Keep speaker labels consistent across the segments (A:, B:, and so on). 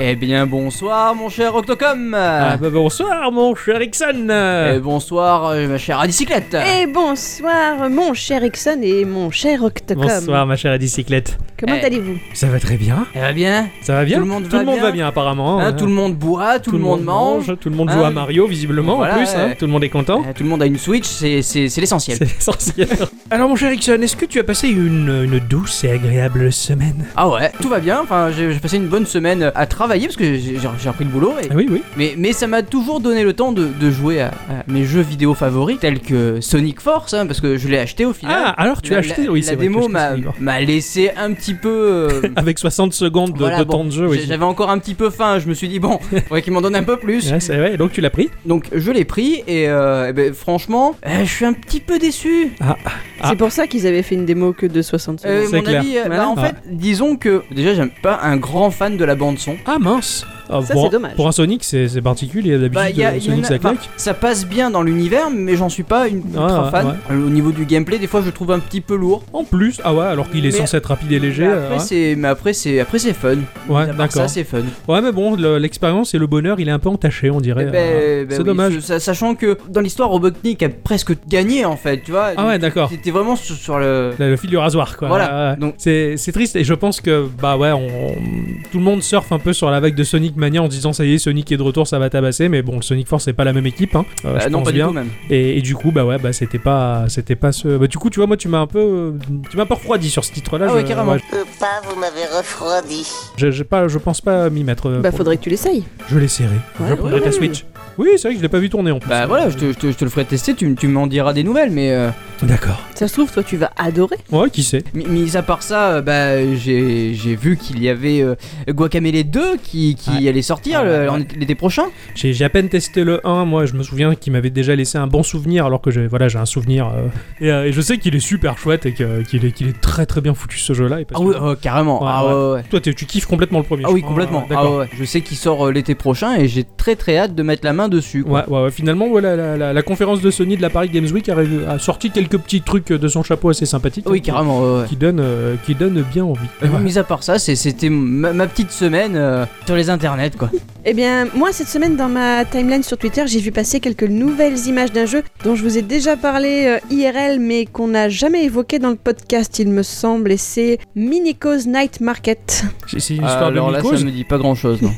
A: Eh bien bonsoir mon cher Octocom
B: Ah bah bonsoir mon cher Ixon
A: Et bonsoir euh, ma chère Adicyclette
C: Et Eh, bonsoir, mon cher Ixon et mon cher Octocom.
B: Bonsoir ma chère bicyclette.
C: Comment
A: Eh.
C: allez-vous
B: Ça va très bien
A: Eh bien
B: Ça va bien
A: Tout le monde va bien
B: apparemment.
A: hein,
B: hein.
A: Tout le monde boit, tout, le monde, mange,
B: Tout le monde
A: Hein.
B: joue à Mario visiblement
A: Voilà,
B: en plus. hein.
A: ouais.
B: Tout le monde est content.
A: Euh, tout le monde a une Switch, c'est c'est- c'est l'essentiel.
B: C'est essentiel. Alors mon cher Ixon, est-ce que tu as passé une, une douce et agréable semaine
A: Ah ouais, tout va bien, enfin j'ai j'ai passé une bonne semaine à travailler parce que j'ai j'ai repris le boulot et-
B: Ah oui oui.
A: mais, mais ça m'a toujours donné le temps de, de jouer à, à mes jeux vidéo favoris tels que Sonic Force hein, parce que je l'ai acheté au final.
B: Ah alors tu
A: La-
B: as acheté
A: la,
B: oui
A: la
B: c'est vrai,
A: démo
B: tu as
A: m'a
B: acheté, d'accord.
A: m'a laissé un petit peu euh,
B: Avec 60 secondes de,
A: voilà,
B: de
A: bon,
B: temps de jeu oui.
A: j'ai- J'avais encore un petit peu faim, je me suis dit bon, faudrait qu'il m'en donne un peu plus.
B: Ouais, c'est vrai, donc tu l'as pris
A: Donc je l'ai pris et, euh, eh ben, franchement, euh, je suis un petit peu déçu.
B: Ah.
C: C'est pour ça qu'ils avaient fait une démo que de 60 secondes.
A: Euh,
B: C'est
A: mon
B: clair.
A: avis, euh, bah,
C: Voilà.
A: en fait, disons que déjà j'aime pas un grand fan de la bande son.
B: Ah mince Ah,
C: Ça,
B: pour,
C: c'est dommage.
B: Pour un Sonic, c'est c'est particulier, d'habitude
A: Bah, y a-
B: euh,
A: y en
B: Sonic
A: a-
B: ça
A: enfin,
B: claque.
A: ça passe bien dans l'univers, mais j'en suis pas une
B: Ah,
A: ultra
B: ouais,
A: fan. Au niveau du gameplay, des fois je le trouve un petit peu lourd.
B: En plus, ah ouais, alors qu'il est
A: Mais-
B: censé être rapide et léger.
A: mais
B: euh,
A: après,
B: ouais.
A: c'est, mais après c'est, après c'est fun.
B: Ouais,
A: À part Ça
B: d'accord.
A: c'est fun.
B: Ouais, mais bon, le- l'expérience et le bonheur, il est un peu entaché, on dirait.
A: Eh ben,
B: euh,
A: ben
B: c'est
A: oui,
B: dommage.
A: ce- sa- Sachant que dans l'histoire, Robotnik a presque gagné en fait, tu vois.
B: Ah ouais, d'accord.
A: C'était vraiment sur, sur le.
B: Le, le fil du rasoir, quoi.
A: Voilà,
B: Ouais, ouais.
A: donc-
B: C'est c'est triste et je pense que bah ouais, on... tout le monde surfe un peu sur la vague de Sonic Mania en se disant ça y est, Sonic est de retour, ça va tabasser. Mais bon, le Sonic Force c'est pas la même équipe, hein. Euh,
A: Bah,
B: je
A: non,
B: pense
A: pas
B: bien.
A: du tout même.
B: Et, et du coup, bah ouais, bah c'était pas, c'était pas ce. Bah du coup, tu vois, moi, tu m'as un peu, euh, tu m'as un peu refroidi sur ce titre-là.
A: Ah
B: je,
A: ouais, carrément.
B: ouais,
D: Pas, vous m'avez refroidi.
B: j'ai- j'ai pas, je pense pas m'y mettre. euh,
C: bah
B: pour-
C: faudrait que tu l'essayes.
B: Je l'essaierai.
C: Ouais,
B: je prendrai
C: ouais,
B: ta
C: ouais.
B: Switch. Oui, c'est vrai que je l'ai pas vu tourner en plus.
A: Bah voilà, je te, je te- je te le ferai tester, tu, m- tu m'en diras des nouvelles, mais euh,
B: D'accord.
C: Ça se trouve, toi tu vas adorer.
B: Ouais, qui sait.
A: mi- mis à part ça, euh, bah j'ai j'ai vu qu'il y avait euh, Guacamele 2 qui, qui
B: Ouais.
A: allait sortir
B: Ah,
A: le-
B: ouais,
A: en- l'été prochain.
B: J'ai j'ai à peine testé le 1, moi je me souviens qu'il m'avait déjà laissé un bon souvenir alors que j'ai voilà, j'ai un souvenir. euh, et, euh, et je sais qu'il est super chouette et que- qu'il est, qu'il est très très bien foutu ce jeu là. Et parce
A: Ah
B: que-
A: oui, euh, carrément.
B: Ouais,
A: ah ouais, ouais.
B: Toi t'es- tu kiffes complètement le premier.
A: Ah
B: je
A: oui,
B: crois.
A: complètement.
B: Ah,
A: Ah
B: D'accord.
A: ouais, Je sais qu'il sort euh, l'été prochain et j'ai très très hâte de mettre la main dessus. quoi.
B: Ouais, ouais, ouais. finalement, voilà, la, la- la conférence de Sony de la Paris Games Week a, ré- a sorti quelques petits trucs de son chapeau assez sympathiques.
A: Ah Oui,
B: hein,
A: carrément. ouais, ouais.
B: Qui, qui donnent euh, qui donne bien envie.
A: Euh,
B: Ouais.
A: Mis à part ça, c'est- c'était ma, ma petite semaine euh, sur les internets quoi.
C: Eh bien, moi cette semaine dans ma timeline sur Twitter, j'ai vu passer quelques nouvelles images d'un jeu dont je vous ai déjà parlé euh, IRL mais qu'on n'a jamais évoqué dans le podcast, il me semble, et c'est Minico's Night Market.
B: C'est c'est une histoire
A: Euh, Alors
B: de
A: là,
B: mycose.
A: ça me dit pas grand chose. Non.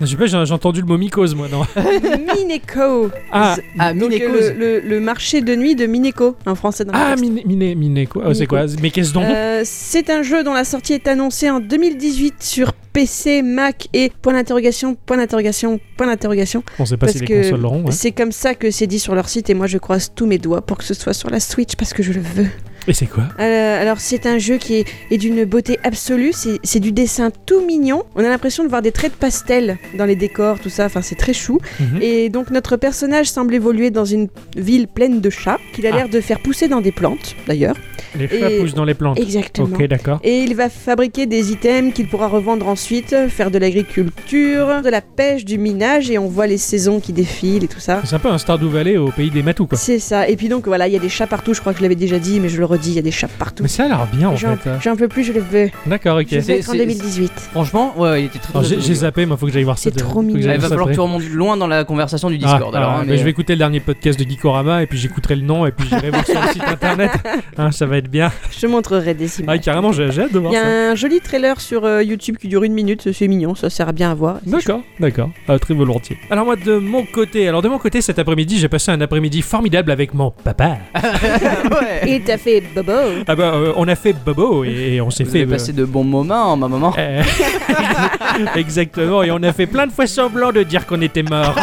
B: Je sais pas, j'ai j'ai entendu le mot mycose moi. Non.
C: Mineco
B: Ah,
A: ah,
C: Donc,
A: Mineco.
C: euh, le, le- le marché de nuit de Mineco, un français dans le
B: ah
C: podcast.
B: miné, miné, miné, quoi. Ah, C'est quoi Mais qu'est-ce donc
C: Euh, c'est un jeu dont la sortie est annoncée en 2018 sur PC, Mac et point d'interrogation, point d'interrogation, point d'interrogation.
B: On sait pas si
C: parce
B: les
C: que-
B: consoles l'auront. hein. ouais.
C: C'est comme ça que c'est dit sur leur site et moi je croise tous mes doigts pour que ce soit sur la Switch parce que je le veux.
B: Et c'est quoi
C: Euh, alors c'est un jeu qui est, est d'une beauté absolue, c'est c'est du dessin tout mignon. On a l'impression de voir des traits de pastel dans les décors, tout ça, enfin c'est très chou.
B: Mhm.
C: Et donc notre personnage semble évoluer dans une ville pleine de chats qu'il a
B: Ah.
C: l'air de faire pousser dans des plantes d'ailleurs.
B: Les chats
C: Et-
B: poussent dans les plantes.
C: Exactement.
B: Ok, d'accord.
C: Et il va fabriquer des items qu'il pourra revendre ensuite, euh, faire de l'agriculture, de la pêche, du minage, et on voit les saisons qui défilent et tout ça.
B: C'est un peu un Stardew Valley au pays des matous, quoi.
C: C'est ça. Et puis donc voilà, il y a des chats partout, je crois que je l'avais déjà dit, mais je le redis, il y a des chats partout.
B: Mais ça a l'air bien, en
C: J'en
B: fait. hein.
C: j'en peux plus, je le veux.
B: D'accord, ok.
A: C'est-
C: Je vais être en
A: c'est-
C: 2018.
A: Franchement, ouais, ouais, il était très. très
B: Alors, Ah, J'ai
A: joli,
B: j'ai
A: ouais.
B: zappé, moi, faut que j'aille voir ça.
C: C'est
B: de-
C: trop
B: faut que
C: mignon.
B: j'aille
A: Il va
B: voir ça
A: falloir que
B: après.
A: tu remontes loin dans la conversation du
B: Ah,
A: Discord.
B: ah,
A: alors, hein,
B: mais je vais écouter le dernier podcast de Geekorama et puis j'écouterai le nom et puis j'irai voir sur le site internet. Hein, ça va être bien.
C: Je te montrerai des
B: Ah,
C: images.
B: carrément, j'ai j'ai hâte de
C: Il
B: voir
C: y
B: ça.
C: a un joli trailer sur euh, YouTube qui dure une minute, c'est mignon, ça sert à bien à voir. C'est
B: D'accord, d'accord, Ah, très volontiers. Alors moi de mon côté, alors de mon côté cet après-midi, j'ai passé un après-midi formidable avec mon papa.
A: euh, Ouais.
C: chou- Et t'as fait bobo.
B: Ah bah euh, on a fait bobo et, et on s'est
A: Vous avez
B: fait euh,
A: passé de bons moments, hein, ma maman.
B: Euh, Exactement, et on a fait plein de fois semblant de dire qu'on était mort.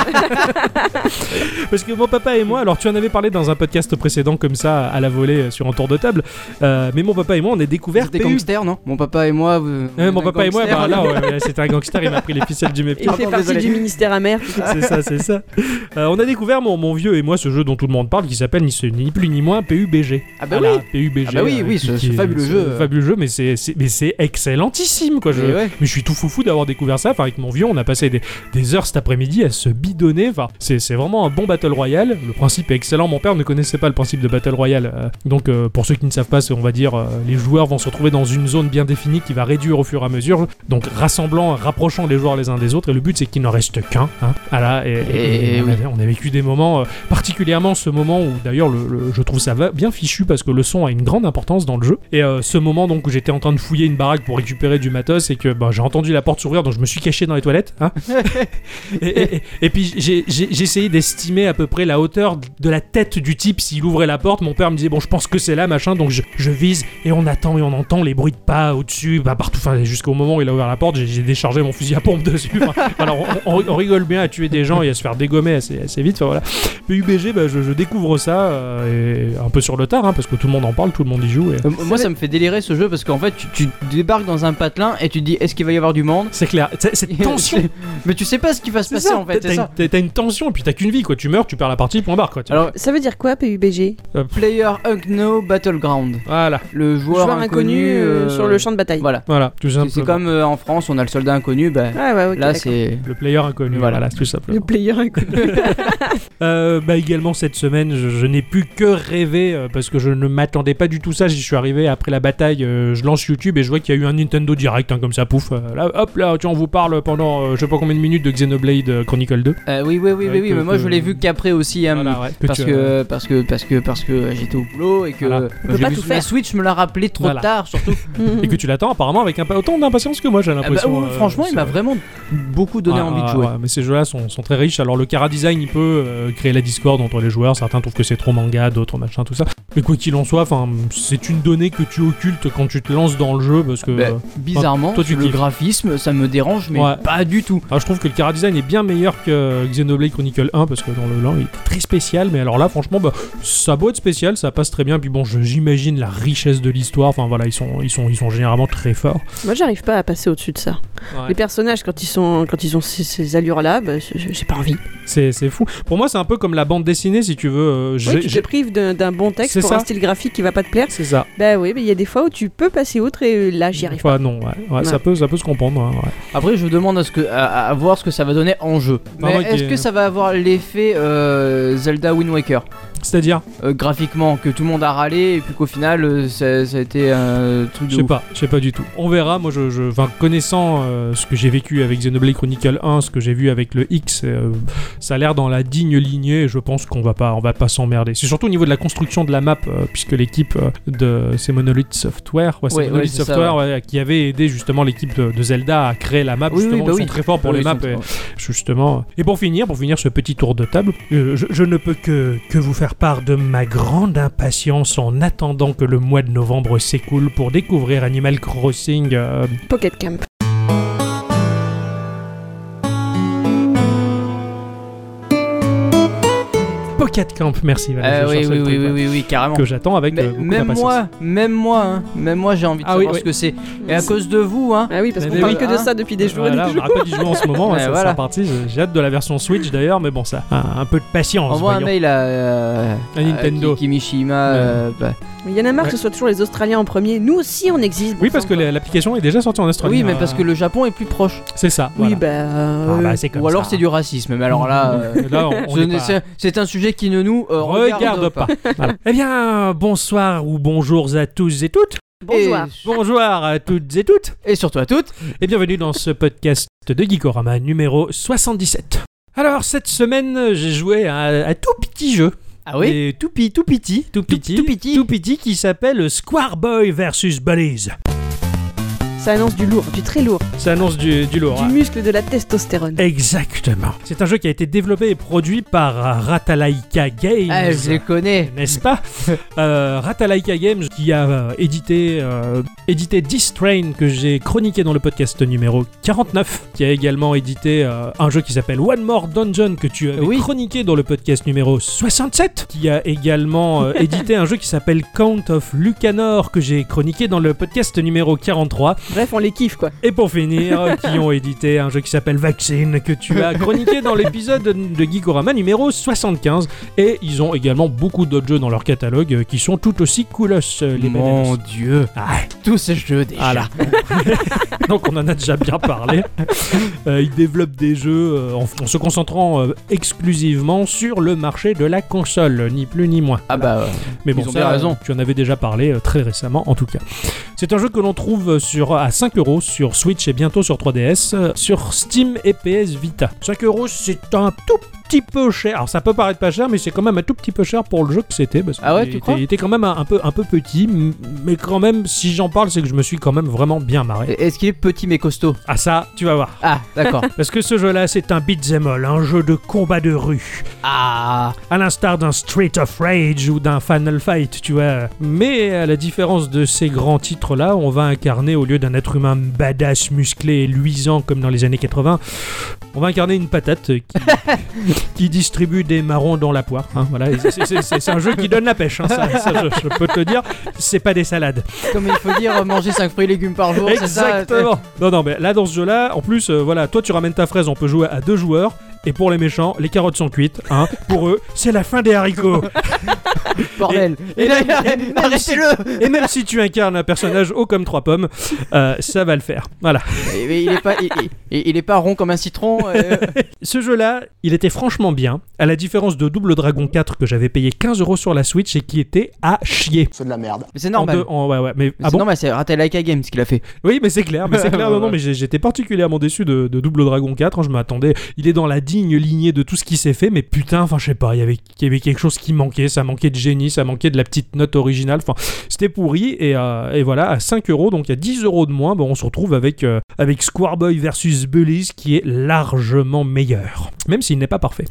B: Parce que mon papa et moi, alors tu en avais parlé dans un podcast précédent comme ça, à la volée, euh, sur un tour de table, euh, mais mon papa et moi, on est découvert
A: C'était
B: PU.
A: gangster, non Mon papa et moi. vous-
B: Ouais, mon
A: vous êtes
B: papa et moi,
A: gangster
B: bah là, ouais, ouais, c'était un gangster, il m'a pris les ficelles du
C: Et
B: mépris.
C: fait partie
A: désolé.
C: du ministère amer.
B: C'est ça, c'est ça. Euh, on a découvert, mon, mon vieux et moi, ce jeu dont tout le monde parle, qui s'appelle ni, ce- ni plus ni moins PUBG.
A: Ah bah
B: Voilà,
A: oui.
B: PUBG.
A: Ah bah oui,
B: euh,
A: oui,
B: qui-
A: ce-
B: qui
A: ce
B: est-
A: fabuleux
B: ce
A: jeu.
B: Fabuleux jeu, mais c'est c'est- mais c'est excellentissime, quoi. Je,
A: Mais Eh ouais.
B: mais je suis tout foufou d'avoir découvert ça. Enfin, avec mon vieux, on a passé des, des heures cet après-midi à se bidonner. Enfin, c'est c'est vraiment un bon Battle Royale. Le principe est excellent. Mon père ne connaissait pas le principe de Battle Royale. euh, donc, euh, pour ceux qui ne savent pas, c'est- on va dire, euh, les joueurs vont se retrouver dans une zone bien définie qui va réduire au fur et à mesure, donc rassemblant, rapprochant les joueurs les uns des autres. Et le but, c'est qu'il n'en reste qu'un. hein. Ah là, et, et-
A: Et Eh
B: on,
A: oui.
B: a, on a vécu des moments, euh, particulièrement ce moment où d'ailleurs le- le- je trouve ça va- bien fichu parce que le son a une grande importance dans le jeu. Et euh, ce moment donc où j'étais en train de fouiller une baraque pour récupérer du matos et que bah, j'ai entendu la porte s'ouvrir, donc je me suis caché dans les toilettes. hein. et, et- et- et puis j'ai j'ai- j'ai essayé d'estimer à peu près la hauteur de la tête du type s'il ouvrait la porte. Mon père me disait bon je pense que c'est là machin, donc je, je vise et on attend et on entend les bruits de pas au-dessus, bah, partout. Enfin jusqu'au moment où il a ouvert la porte, j'ai- j'ai déchargé mon fusil à pompe dessus. Enfin, alors on, on- on rigole bien à tuer des gens et à se faire dégommer assez, assez vite. Enfin, voilà. PUBG, bah, je, je découvre ça euh, et un peu sur le tard, hein, parce que tout le monde en parle, tout le monde y joue. et-
A: Euh, Moi, ça me fait délirer ce jeu parce qu'en fait, tu, tu débarques dans un patelin et tu te dis est-ce qu'il va y avoir du monde
B: C'est clair, C'est- cette tension.
A: C'est- Mais tu sais pas ce qui va se
B: C'est
A: passer
B: ça,
A: en fait,
B: t'as
A: c'est
B: une,
A: ça.
B: t'as- t'as une tension, et puis t'as qu'une vie, quoi. Tu meurs, tu perds la partie, point barre, quoi. tu vois.
A: Alors,
C: Ça veut dire quoi PUBG
A: Player Unknown Battleground,
B: voilà,
A: le joueur,
C: Joueur inconnu euh,
A: euh,
C: sur le champ de bataille.
A: Voilà.
B: voilà, tout
A: C'est-
B: simplement.
A: C'est comme euh, en France, on a le soldat inconnu, bah,
C: Ah ouais, ok,
A: là
C: d'accord.
A: c'est.
B: le player inconnu, voilà,
A: Voilà.
B: tout simplement.
C: player inconnu.
B: Euh, bah également cette semaine, je, je n'ai pu que rêver euh, parce que je ne m'attendais pas du tout ça. J'y suis arrivé après la bataille, euh, je lance YouTube et je vois qu'il y a eu un Nintendo Direct hein, comme ça, pouf. euh, là, hop là, tu en vous parle pendant euh, je sais pas combien de minutes de Xenoblade euh, Chronicle 2.
A: Euh, oui, oui, oui,
B: Ouais,
A: oui, oui,
B: que-
A: mais moi
B: que-
A: je l'ai vu qu'après aussi. hein,
B: Voilà, ouais,
A: parce,
B: tu,
A: que,
B: euh,
A: parce que parce que parce que j'étais au boulot et que
B: Voilà.
A: euh,
C: On peut
A: j'ai
C: pas
A: vu
C: tout
A: sur la
C: faire.
A: Switch me l'a rappelé trop
B: Voilà.
A: tard surtout.
C: Mhm.
B: et que tu l'attends apparemment avec un peu autant d'impatience que moi, j'ai
A: euh, Ah bah,
B: l'impression.
A: ouais,
B: euh,
A: franchement, il
B: c'est-
A: m'a vraiment beaucoup donné
B: Ah,
A: envie de
B: ah,
A: jouer.
B: ouais, mais ces jeux-là sont, sont très riches. Alors le Kara Design, il peut euh, créer la discorde entre les joueurs. Certains trouvent que c'est trop manga, d'autres machin, tout ça. Mais quoi qu'il en soit, enfin, c'est une donnée que tu occultes quand tu te lances dans le jeu parce que.
C: Ben.
A: Bah,
B: euh,
A: bizarrement,
B: toi, tu
A: le
B: kiffes.
A: graphisme, ça me dérange, mais
B: Ouais.
A: pas du tout.
B: Alors je trouve que le Kara Design est bien meilleur que euh, Xenoblade Chronicle 1 parce que dans le 1 il était très spécial mais alors là franchement bah, ça boîte spéciale ça passe très bien puis bon je- j'imagine la richesse de l'histoire enfin voilà ils sont ils sont ils sont généralement très forts
C: Moi, j'arrive pas à passer au-dessus de ça. Les personnages, quand ils sont, quand ils ont ces, ces allures-là, bah, je- je- j'ai pas envie.
B: c'est c'est fou pour moi c'est un peu comme la bande dessinée si tu veux euh, j'ai-
C: Oui, tu te
B: j'ai-
C: prives d'un d'un bon texte
B: C'est
C: pour
B: ça.
C: un style graphique qui va pas te plaire.
B: c'est ça
C: Bah oui, mais il y a des fois où tu peux passer outre et euh, là, j'y arrive.
B: Enfin, non ouais, ouais,
C: Ouais.
B: ça peut ça peut se comprendre hein, ouais.
A: Après, je demande à, ce que, à, à voir ce que ça va donner en jeu.
B: Non,
A: Mais
B: non,
A: est-ce
B: ok.
A: que ça va avoir l'effet euh, Zelda Wind Waker
B: c'est-à-dire
A: Euh, graphiquement que tout le monde a râlé et puis qu'au final euh, ça, ça a été un truc de
B: Je sais
A: ouf.
B: pas, je sais pas du tout. On verra. Moi, je, je- enfin, connaissant euh, ce que j'ai vécu avec Xenoblade Chronicle 1, ce que j'ai vu avec le X, euh, ça a l'air dans la digne lignée. Et je pense qu'on va pas, on va pas s'emmerder. C'est surtout au niveau de la construction de la map, euh, puisque l'équipe euh, de c'est Monolith Software, ouais, c'est
A: Ouais,
B: Monolith
A: ouais, c'est ça,
B: Software ouais, qui avait aidé justement l'équipe de, de Zelda à créer la map.
A: Oui, oui,
B: justement,
A: bah
B: ils
A: oui.
B: sont très forts pour
A: Ouais,
B: les
A: ils
B: maps.
A: sont-
B: et- justement. Et pour finir, pour finir ce petit tour de table, euh, je, je ne peux que, que vous faire part de ma grande impatience en attendant que le mois de novembre s'écoule pour découvrir Animal Crossing. euh,
C: Pocket Camp.
B: Pocket Camp, merci Valérie,
A: Euh,
B: je
A: oui,
B: cherchais
A: oui, oui,
B: le truc,
A: oui,
B: ouais,
A: oui, oui, carrément.
B: Que j'attends avec
A: Mais
B: euh, beaucoup
A: même,
B: d'impatience.
A: moi, même moi, hein, même moi, j'ai envie de
B: Ah oui,
A: savoir
B: oui.
A: ce que c'est. Et à cause de vous, hein.
C: Ah oui, parce
B: Mais
C: qu'on
B: oui,
C: parle
A: hein.
C: que de ça depuis des jours. et
B: Voilà,
C: des
B: on
C: jours.
B: n'arrête pas d'y jouer en ce moment, hein,
A: Ouais,
B: ça,
A: voilà.
B: c'est parti. j'ai- J'ai hâte de la version Switch d'ailleurs, mais bon, ça, un, un peu de patience.
A: Envoie un
B: voyons.
A: mail à, euh,
B: Oh, À Nintendo.
A: Ki- Kimishima.
B: Ouais.
A: euh, bah,
C: Mais Il y en a marre que ce soit toujours les Australiens en premier. Nous aussi, on existe.
B: Oui, parce que la- l'application est déjà sortie en Australie.
A: Oui, mais
B: hein.
A: parce que le Japon est plus proche.
B: C'est ça. voilà.
C: Oui, bah.
B: Ah,
C: euh,
B: bah, c'est comme
A: Ou alors
B: ça.
A: c'est du racisme. Mais alors là, euh,
B: Là, on- on
A: ce
B: est
A: n'est-
B: pas-
A: c'est- c'est un sujet qui ne nous euh,
B: Regarde pas. Voilà. Eh bien, bonsoir ou bonjour à tous et toutes.
C: bonjour.
A: Et,
B: Bonjour à toutes et toutes.
A: et surtout à toutes.
B: Et bienvenue dans ce podcast de Geekorama numéro 77. Alors, cette semaine, j'ai joué à un un tout petit jeu.
A: Ah oui.
B: Et tout, pi- tout petit. Tout petit.
A: tout petit.
B: tout petit qui s'appelle Square Boy versus Bullies.
C: Ça annonce du lourd, du très lourd,
B: Ça annonce du, du lourd.
C: du
B: hein.
C: muscle, de la testostérone.
B: Exactement. C'est un jeu qui a été développé et produit par euh, Ratalaika Games.
A: Ah, je les connais.
B: n'est-ce pas Euh, Ratalaika Games qui a euh, édité, euh, édité This Train que j'ai chroniqué dans le podcast numéro 49, qui a également édité euh, un jeu qui s'appelle One More Dungeon que tu avais
A: Oui.
B: chroniqué dans le podcast numéro 67, qui a également euh, édité un jeu qui s'appelle Count of Lucanor que j'ai chroniqué dans le podcast numéro 43,
C: Bref, on les kiffe quoi.
B: Et pour finir, qui ont édité un jeu qui s'appelle Vaccine, que tu as chroniqué dans l'épisode de Geekorama numéro 75. Et ils ont également beaucoup d'autres jeux dans leur catalogue euh, qui sont tout aussi coolos, euh, les
A: Mon
B: bananos.
A: dieu,
B: Ah,
A: tous ces jeux déjà.
B: voilà. Donc on en a déjà bien parlé. Euh, ils développent des jeux euh, en, en se concentrant euh, exclusivement sur le marché de la console, ni plus ni moins.
A: Ah bah, euh,
B: Mais bon,
A: Ils ont
B: ça,
A: bien raison.
B: Tu en avais déjà parlé euh, très récemment, en tout cas. C'est un jeu que l'on trouve euh, sur, à 5 euros sur Switch et bientôt sur 3DS, euh, sur Steam et PS Vita. 5 euros, c'est un tout petit peu cher. Alors ça peut paraître pas cher, mais c'est quand même un tout petit peu cher pour le jeu que c'était. parce
A: Ah ouais,
B: qu'il
A: tu
B: était-
A: crois
B: Il était quand même un, un peu, un peu petit, m- mais quand même, si j'en parle, c'est que je me suis quand même vraiment bien marré.
A: est-ce qu'il est petit mais costaud
B: Ah ça, tu vas voir.
A: Ah, d'accord.
B: Parce que ce jeu-là, c'est un beat'em all, un jeu de combat de rue
A: ah,
B: à l'instar d'un Street of Rage ou d'un Final Fight, tu vois. Mais à la différence de ces grands titres-là, on va incarner, au lieu d'un être humain badass, musclé et luisant comme dans les années 80, on va incarner une patate qui, qui distribue des marrons dans la poire. hein, voilà. Et c'est- c'est- C'est c'est un jeu qui donne la pêche, hein, ça, ça, je, je peux te le dire. C'est pas des salades.
A: comme il faut dire, manger 5 fruits et légumes par jour, c'est ça euh,
B: Exactement. Non, non, mais là, dans ce jeu-là, en plus, euh, voilà, toi, tu ramènes ta fraise, on peut jouer à deux joueurs. Et pour les méchants, les carottes sont cuites. Hein. Pour eux, c'est la fin des haricots.
A: c'est- Bordel.
B: Et- et-
A: là,
B: et-
A: Arrêtez-le
B: Et même si tu incarnes un personnage haut comme trois pommes, euh, ça va le faire. Voilà.
A: Mais il est pas, il, il- il est pas rond comme un citron. euh,
B: Ce jeu-là, il était franchement bien, à la différence de Double Dragon 4 que j'avais payé 15 euros sur la Switch et qui était à chier.
E: C'est de la merde.
A: Mais c'est
B: En
A: normal.
B: deux- en- ouais, ouais, mais,
A: Mais
B: ah
A: c'est
B: bon
A: normal, c'est raté like a game ce qu'il a fait.
B: Oui, mais c'est clair, mais c'est clair. Non, non, mais j'ai- j'étais particulièrement déçu de, de Double Dragon 4. hein, je m'attendais. Il est dans la digne lignée de tout ce qui s'est fait, mais putain, enfin, je sais pas, il y avait- il y avait quelque chose qui manquait. Ça manquait de génie, ça manquait de la petite note originale. Enfin, c'était pourri. Et, euh, et voilà, à 5 euros, donc à 10 euros de moins, bon, on se retrouve avec, euh, avec Squareboy versus Bullies qui est largement meilleur, même s'il n'est pas parfait.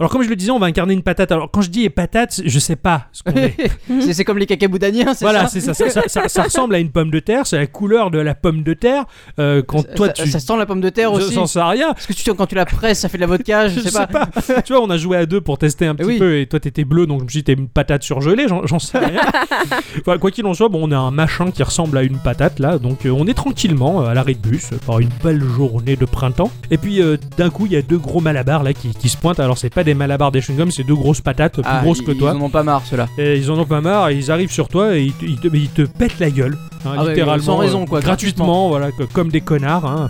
B: Alors, comme je le disais, on va incarner une patate. Alors, quand je dis patate, je sais pas ce qu'on est.
A: c'est c'est comme les cacaboudaniens, c'est
B: Mhm. Voilà,
A: ça
B: c'est ça ça, ça, ça- ça ressemble à une pomme de terre, c'est la couleur de la pomme de terre. Euh, quand
A: Ça-
B: toi,
A: ça,
B: tu.
A: ça sent la pomme de terre
B: je
A: aussi.
B: sens ça à rien.
A: Parce que tu quand tu la presses, ça fait de la vodka, je sais pas. Eh
B: tu vois, on a joué à deux pour tester un petit
A: Oui.
B: peu et toi t'étais bleu donc je me suis dit t'es une patate surgelée, j'en j'en sais rien. Enfin, quoi qu'il en soit, bon, on a un machin qui ressemble à une patate là, donc euh, on est tranquillement euh, à l'arrêt de bus euh, par une belle journée de printemps. Et puis euh, d'un coup, il y a deux gros malabars là qui, qui se pointent. Alors c'est pas des malabars des chewing-gums, c'est deux grosses patates plus
A: Ah,
B: grosses que
A: ils-
B: toi.
A: Ils en ont pas marre ceux-là.
B: Et ils en ont pas marre, et ils arrivent sur toi et ils te, ils te- mais ils te pètent la gueule, hein,
A: Ah ouais,
B: littéralement,
A: sans raison,
B: euh,
A: quoi,
B: gratuitement, voilà, co- comme des connards. hein.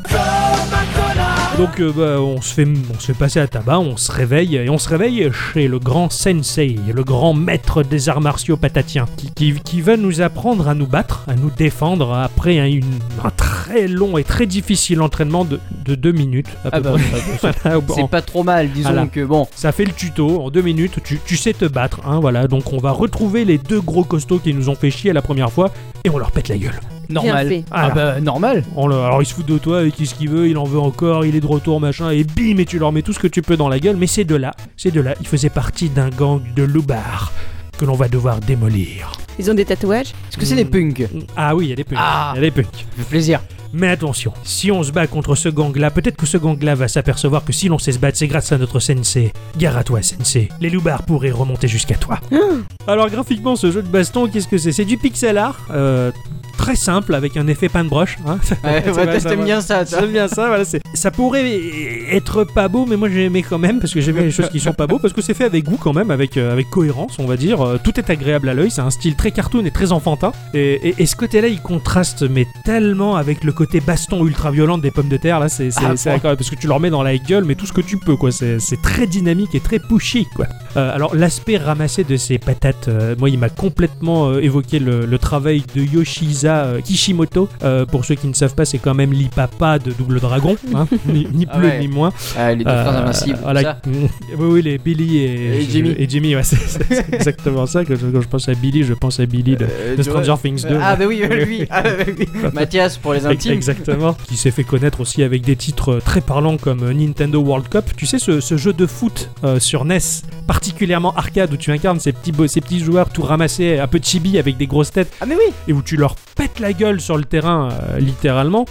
B: Donc euh, bah, on se fait, on se fait passer à tabac, on se réveille et on se réveille chez le grand sensei, le grand maître des arts martiaux patatiens, qui, qui- qui va nous apprendre à nous battre, à nous défendre après un, une- un très long et très difficile entraînement de, de deux minutes à peu
A: Ah bah,
B: près. Voilà, au- en-
A: c'est pas trop mal, disons
B: Voilà.
A: que bon.
B: ça fait le tuto, en deux minutes, tu, tu sais te battre, hein, voilà. Donc on va retrouver les deux gros costauds qui nous ont fait chier la première fois et on leur pète la gueule.
A: Normal.
C: fait.
A: Ah bah normal.
B: On le- alors il se fout de toi, il dit ce qu'il veut, il en veut encore, il est de retour, machin, et bim, et tu leur mets tout ce que tu peux dans la gueule. Mais ces deux-là, ces deux-là, ils faisaient partie d'un gang de loubards que l'on va devoir démolir.
C: Ils ont des tatouages.
A: Est-ce que c'est des
B: Mm.
A: punks
B: Ah oui, il y a des punks.
A: Ah.
B: Il y a des punks.
A: Ça fait plaisir.
B: Mais attention, si on se bat contre ce gang-là, peut-être que ce gang-là va s'apercevoir que si l'on sait se battre, c'est grâce à notre sensei. Gare à toi, sensei. Les loupards pourraient remonter jusqu'à toi. Alors graphiquement, ce jeu de baston, qu'est-ce que c'est C'est du pixel art, euh, très simple, avec un effet paintbrush. Hein
A: Ouais,
B: Ça
A: ouais,
B: va, ça
A: t'aimes
B: va.
A: bien ça, toi.
B: J'aime bien ça, voilà. c'est- Ça pourrait être pas beau, mais moi j'ai aimé quand même, parce que j'aime bien les choses qui sont pas beaux, parce que c'est fait avec goût quand même, avec, euh, avec cohérence, on va dire. Euh, Tout est agréable à l'œil, c'est un style très cartoon et très enfantin. Et, et- et ce côté-là, il contraste, mais tellement avec le côté baston ultra-violent des pommes de terre, là, c'est c'est-
A: Ah,
B: c'est
A: bon.
B: incroyable, parce que tu leur mets dans la gueule, mais tout ce que tu peux, quoi. C'est c'est très dynamique et très pushy, quoi. Euh, alors l'aspect ramassé de ces patates, euh, moi il m'a complètement euh, évoqué le, le travail de Yoshisa euh, Kishimoto. Euh, pour ceux qui ne savent pas, c'est quand même l'ipapa de Double Dragon, hein, ni, ni
A: Ah
B: plus
A: ouais.
B: ni moins.
A: Ah, les deux frères
B: Euh,
A: invincibles.
B: voilà.
A: ça.
B: oui, oui, les Billy et,
A: Et Jimmy.
B: Et Jimmy, ouais, c'est- c'est c'est exactement ça. Que je- quand je pense à Billy, je pense à Billy de,
A: Euh,
B: de
A: tu vois-
B: Stranger Things 2.
A: Ah bah oui, lui. Ah, bah oui. Mathias pour les intimes.
B: Exactement. Qui s'est fait connaître aussi avec des titres euh, très parlants comme euh, Nintendo World Cup. Tu sais, ce, ce jeu de foot euh, sur NES, particulièrement arcade, où tu incarnes ces petits, bo- ces petits joueurs tout ramassés, un peu chibi avec des grosses têtes,
A: Ah mais oui.
B: et où tu leur pètent la gueule sur le terrain, euh, littéralement.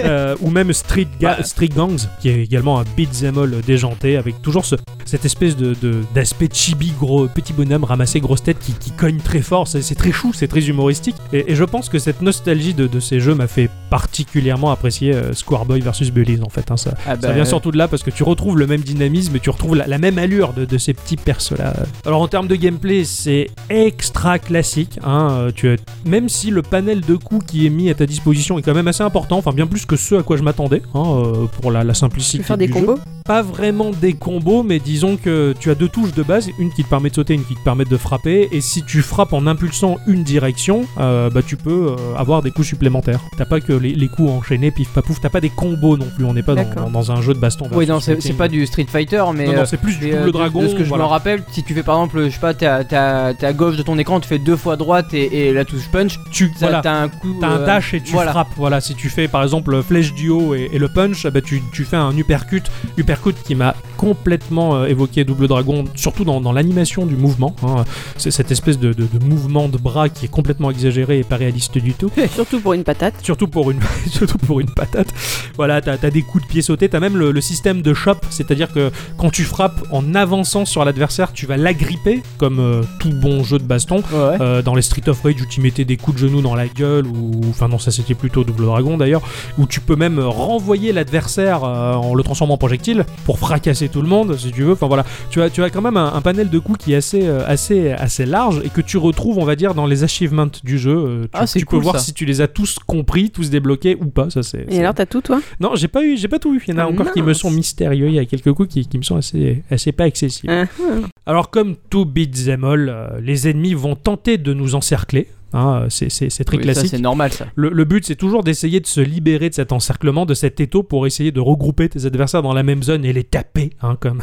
B: Euh, ou même Street, Ga- Street Gangs, qui est également un beat'em all déjanté, avec toujours ce- cette espèce de, de- d'aspect chibi, gros, petit bonhomme ramassé, grosse tête, qui, qui cogne très fort. C'est, c'est très chou, c'est très humoristique. Et, et je pense que cette nostalgie de, de ces jeux m'a fait particulièrement apprécier euh, Square Boy versus Bullies, en fait. hein, ça,
A: Ah
B: ça
A: bah,
B: vient surtout de là parce que tu retrouves le même dynamisme et tu retrouves la, la même allure de, de ces petits persos là. Alors en termes de gameplay, c'est extra classique. hein, euh, tu as- même si le panel de coups qui est mis à ta disposition est quand même assez important, enfin bien plus que ce à quoi je m'attendais hein, euh, pour la, la
C: Tu
B: simplicité
C: peux faire des
B: du jeu.
C: combos
B: Pas vraiment des combos, mais disons que tu as deux touches de base, une qui te permet de sauter, une qui te permet de frapper. Et si tu frappes en impulsant une direction, euh, bah tu peux euh, avoir des coups supplémentaires. T'as pas que les, les coups enchaînés, pif papouf. T'as pas des combos non plus. On n'est pas dans,
C: D'accord.
B: dans- dans un jeu de baston.
A: Oui,
B: versus
A: non, c'est
B: fighting.
A: c'est pas du Street Fighter, mais.
B: Non,
A: euh,
B: non, c'est plus du
A: mais, euh,
B: double
A: de-
B: dragon.
A: de ce que je
B: voilà.
A: me rappelle, si tu fais par exemple, je sais pas, t'es à- t'es à t'es à gauche de ton écran, tu fais deux fois droite et, et la touche punch,
B: Tu,
A: ça-
B: voilà.
A: t'as un coup.
B: T'as un
A: euh,
B: dash et tu
A: voilà.
B: frappes. Voilà, si tu fais par exemple flèche du haut et, et le punch, eh ben, tu, tu fais un uppercut. Uppercut qui m'a complètement euh, évoqué Double Dragon, surtout dans, dans l'animation du mouvement. hein. C'est cette espèce de, de- de mouvement de bras qui est complètement exagéré et pas réaliste du tout.
C: Surtout pour une patate.
B: Surtout pour une, surtout pour une patate. Voilà, t'as as des coups de pied sautés, t'as même le, le système de chop, c'est-à-dire que quand tu frappes en avançant sur l'adversaire, tu vas l'agripper, comme euh, tout bon jeu de baston.
A: Ouais.
B: Euh, dans les Street of Rage où tu mettais des coups de genoux dans la gueule ou enfin non ça c'était plutôt Double Dragon d'ailleurs où tu peux même renvoyer l'adversaire euh, en le transformant en projectile pour fracasser tout le monde si tu veux enfin voilà tu as tu as quand même un, un panel de coups qui est assez euh, assez assez large et que tu retrouves on va dire dans les achievements du jeu Euh, tu,
A: Ah, c'est
B: tu peux
A: cool,
B: voir
A: ça.
B: si tu les as tous compris tous débloqués ou pas ça c'est
C: Et
B: c'est-
C: alors, t'as tout, toi
B: non j'ai pas eu j'ai pas tout eu il y en a
C: Ah,
B: encore qui me
C: mince.
B: sont mystérieux il y a quelques coups qui, qui me sont assez assez pas accessibles
C: Hein, hein.
B: alors comme tout beat'em all, euh, les ennemis vont tenter de nous encercler. hein, euh, c'est- c'est c'est très
A: Oui, ça,
B: classique.
A: C'est normal ça.
B: le, le but, c'est toujours d'essayer de se libérer de cet encerclement, de cet étau, pour essayer de regrouper tes adversaires dans la même zone et les taper. hein, comme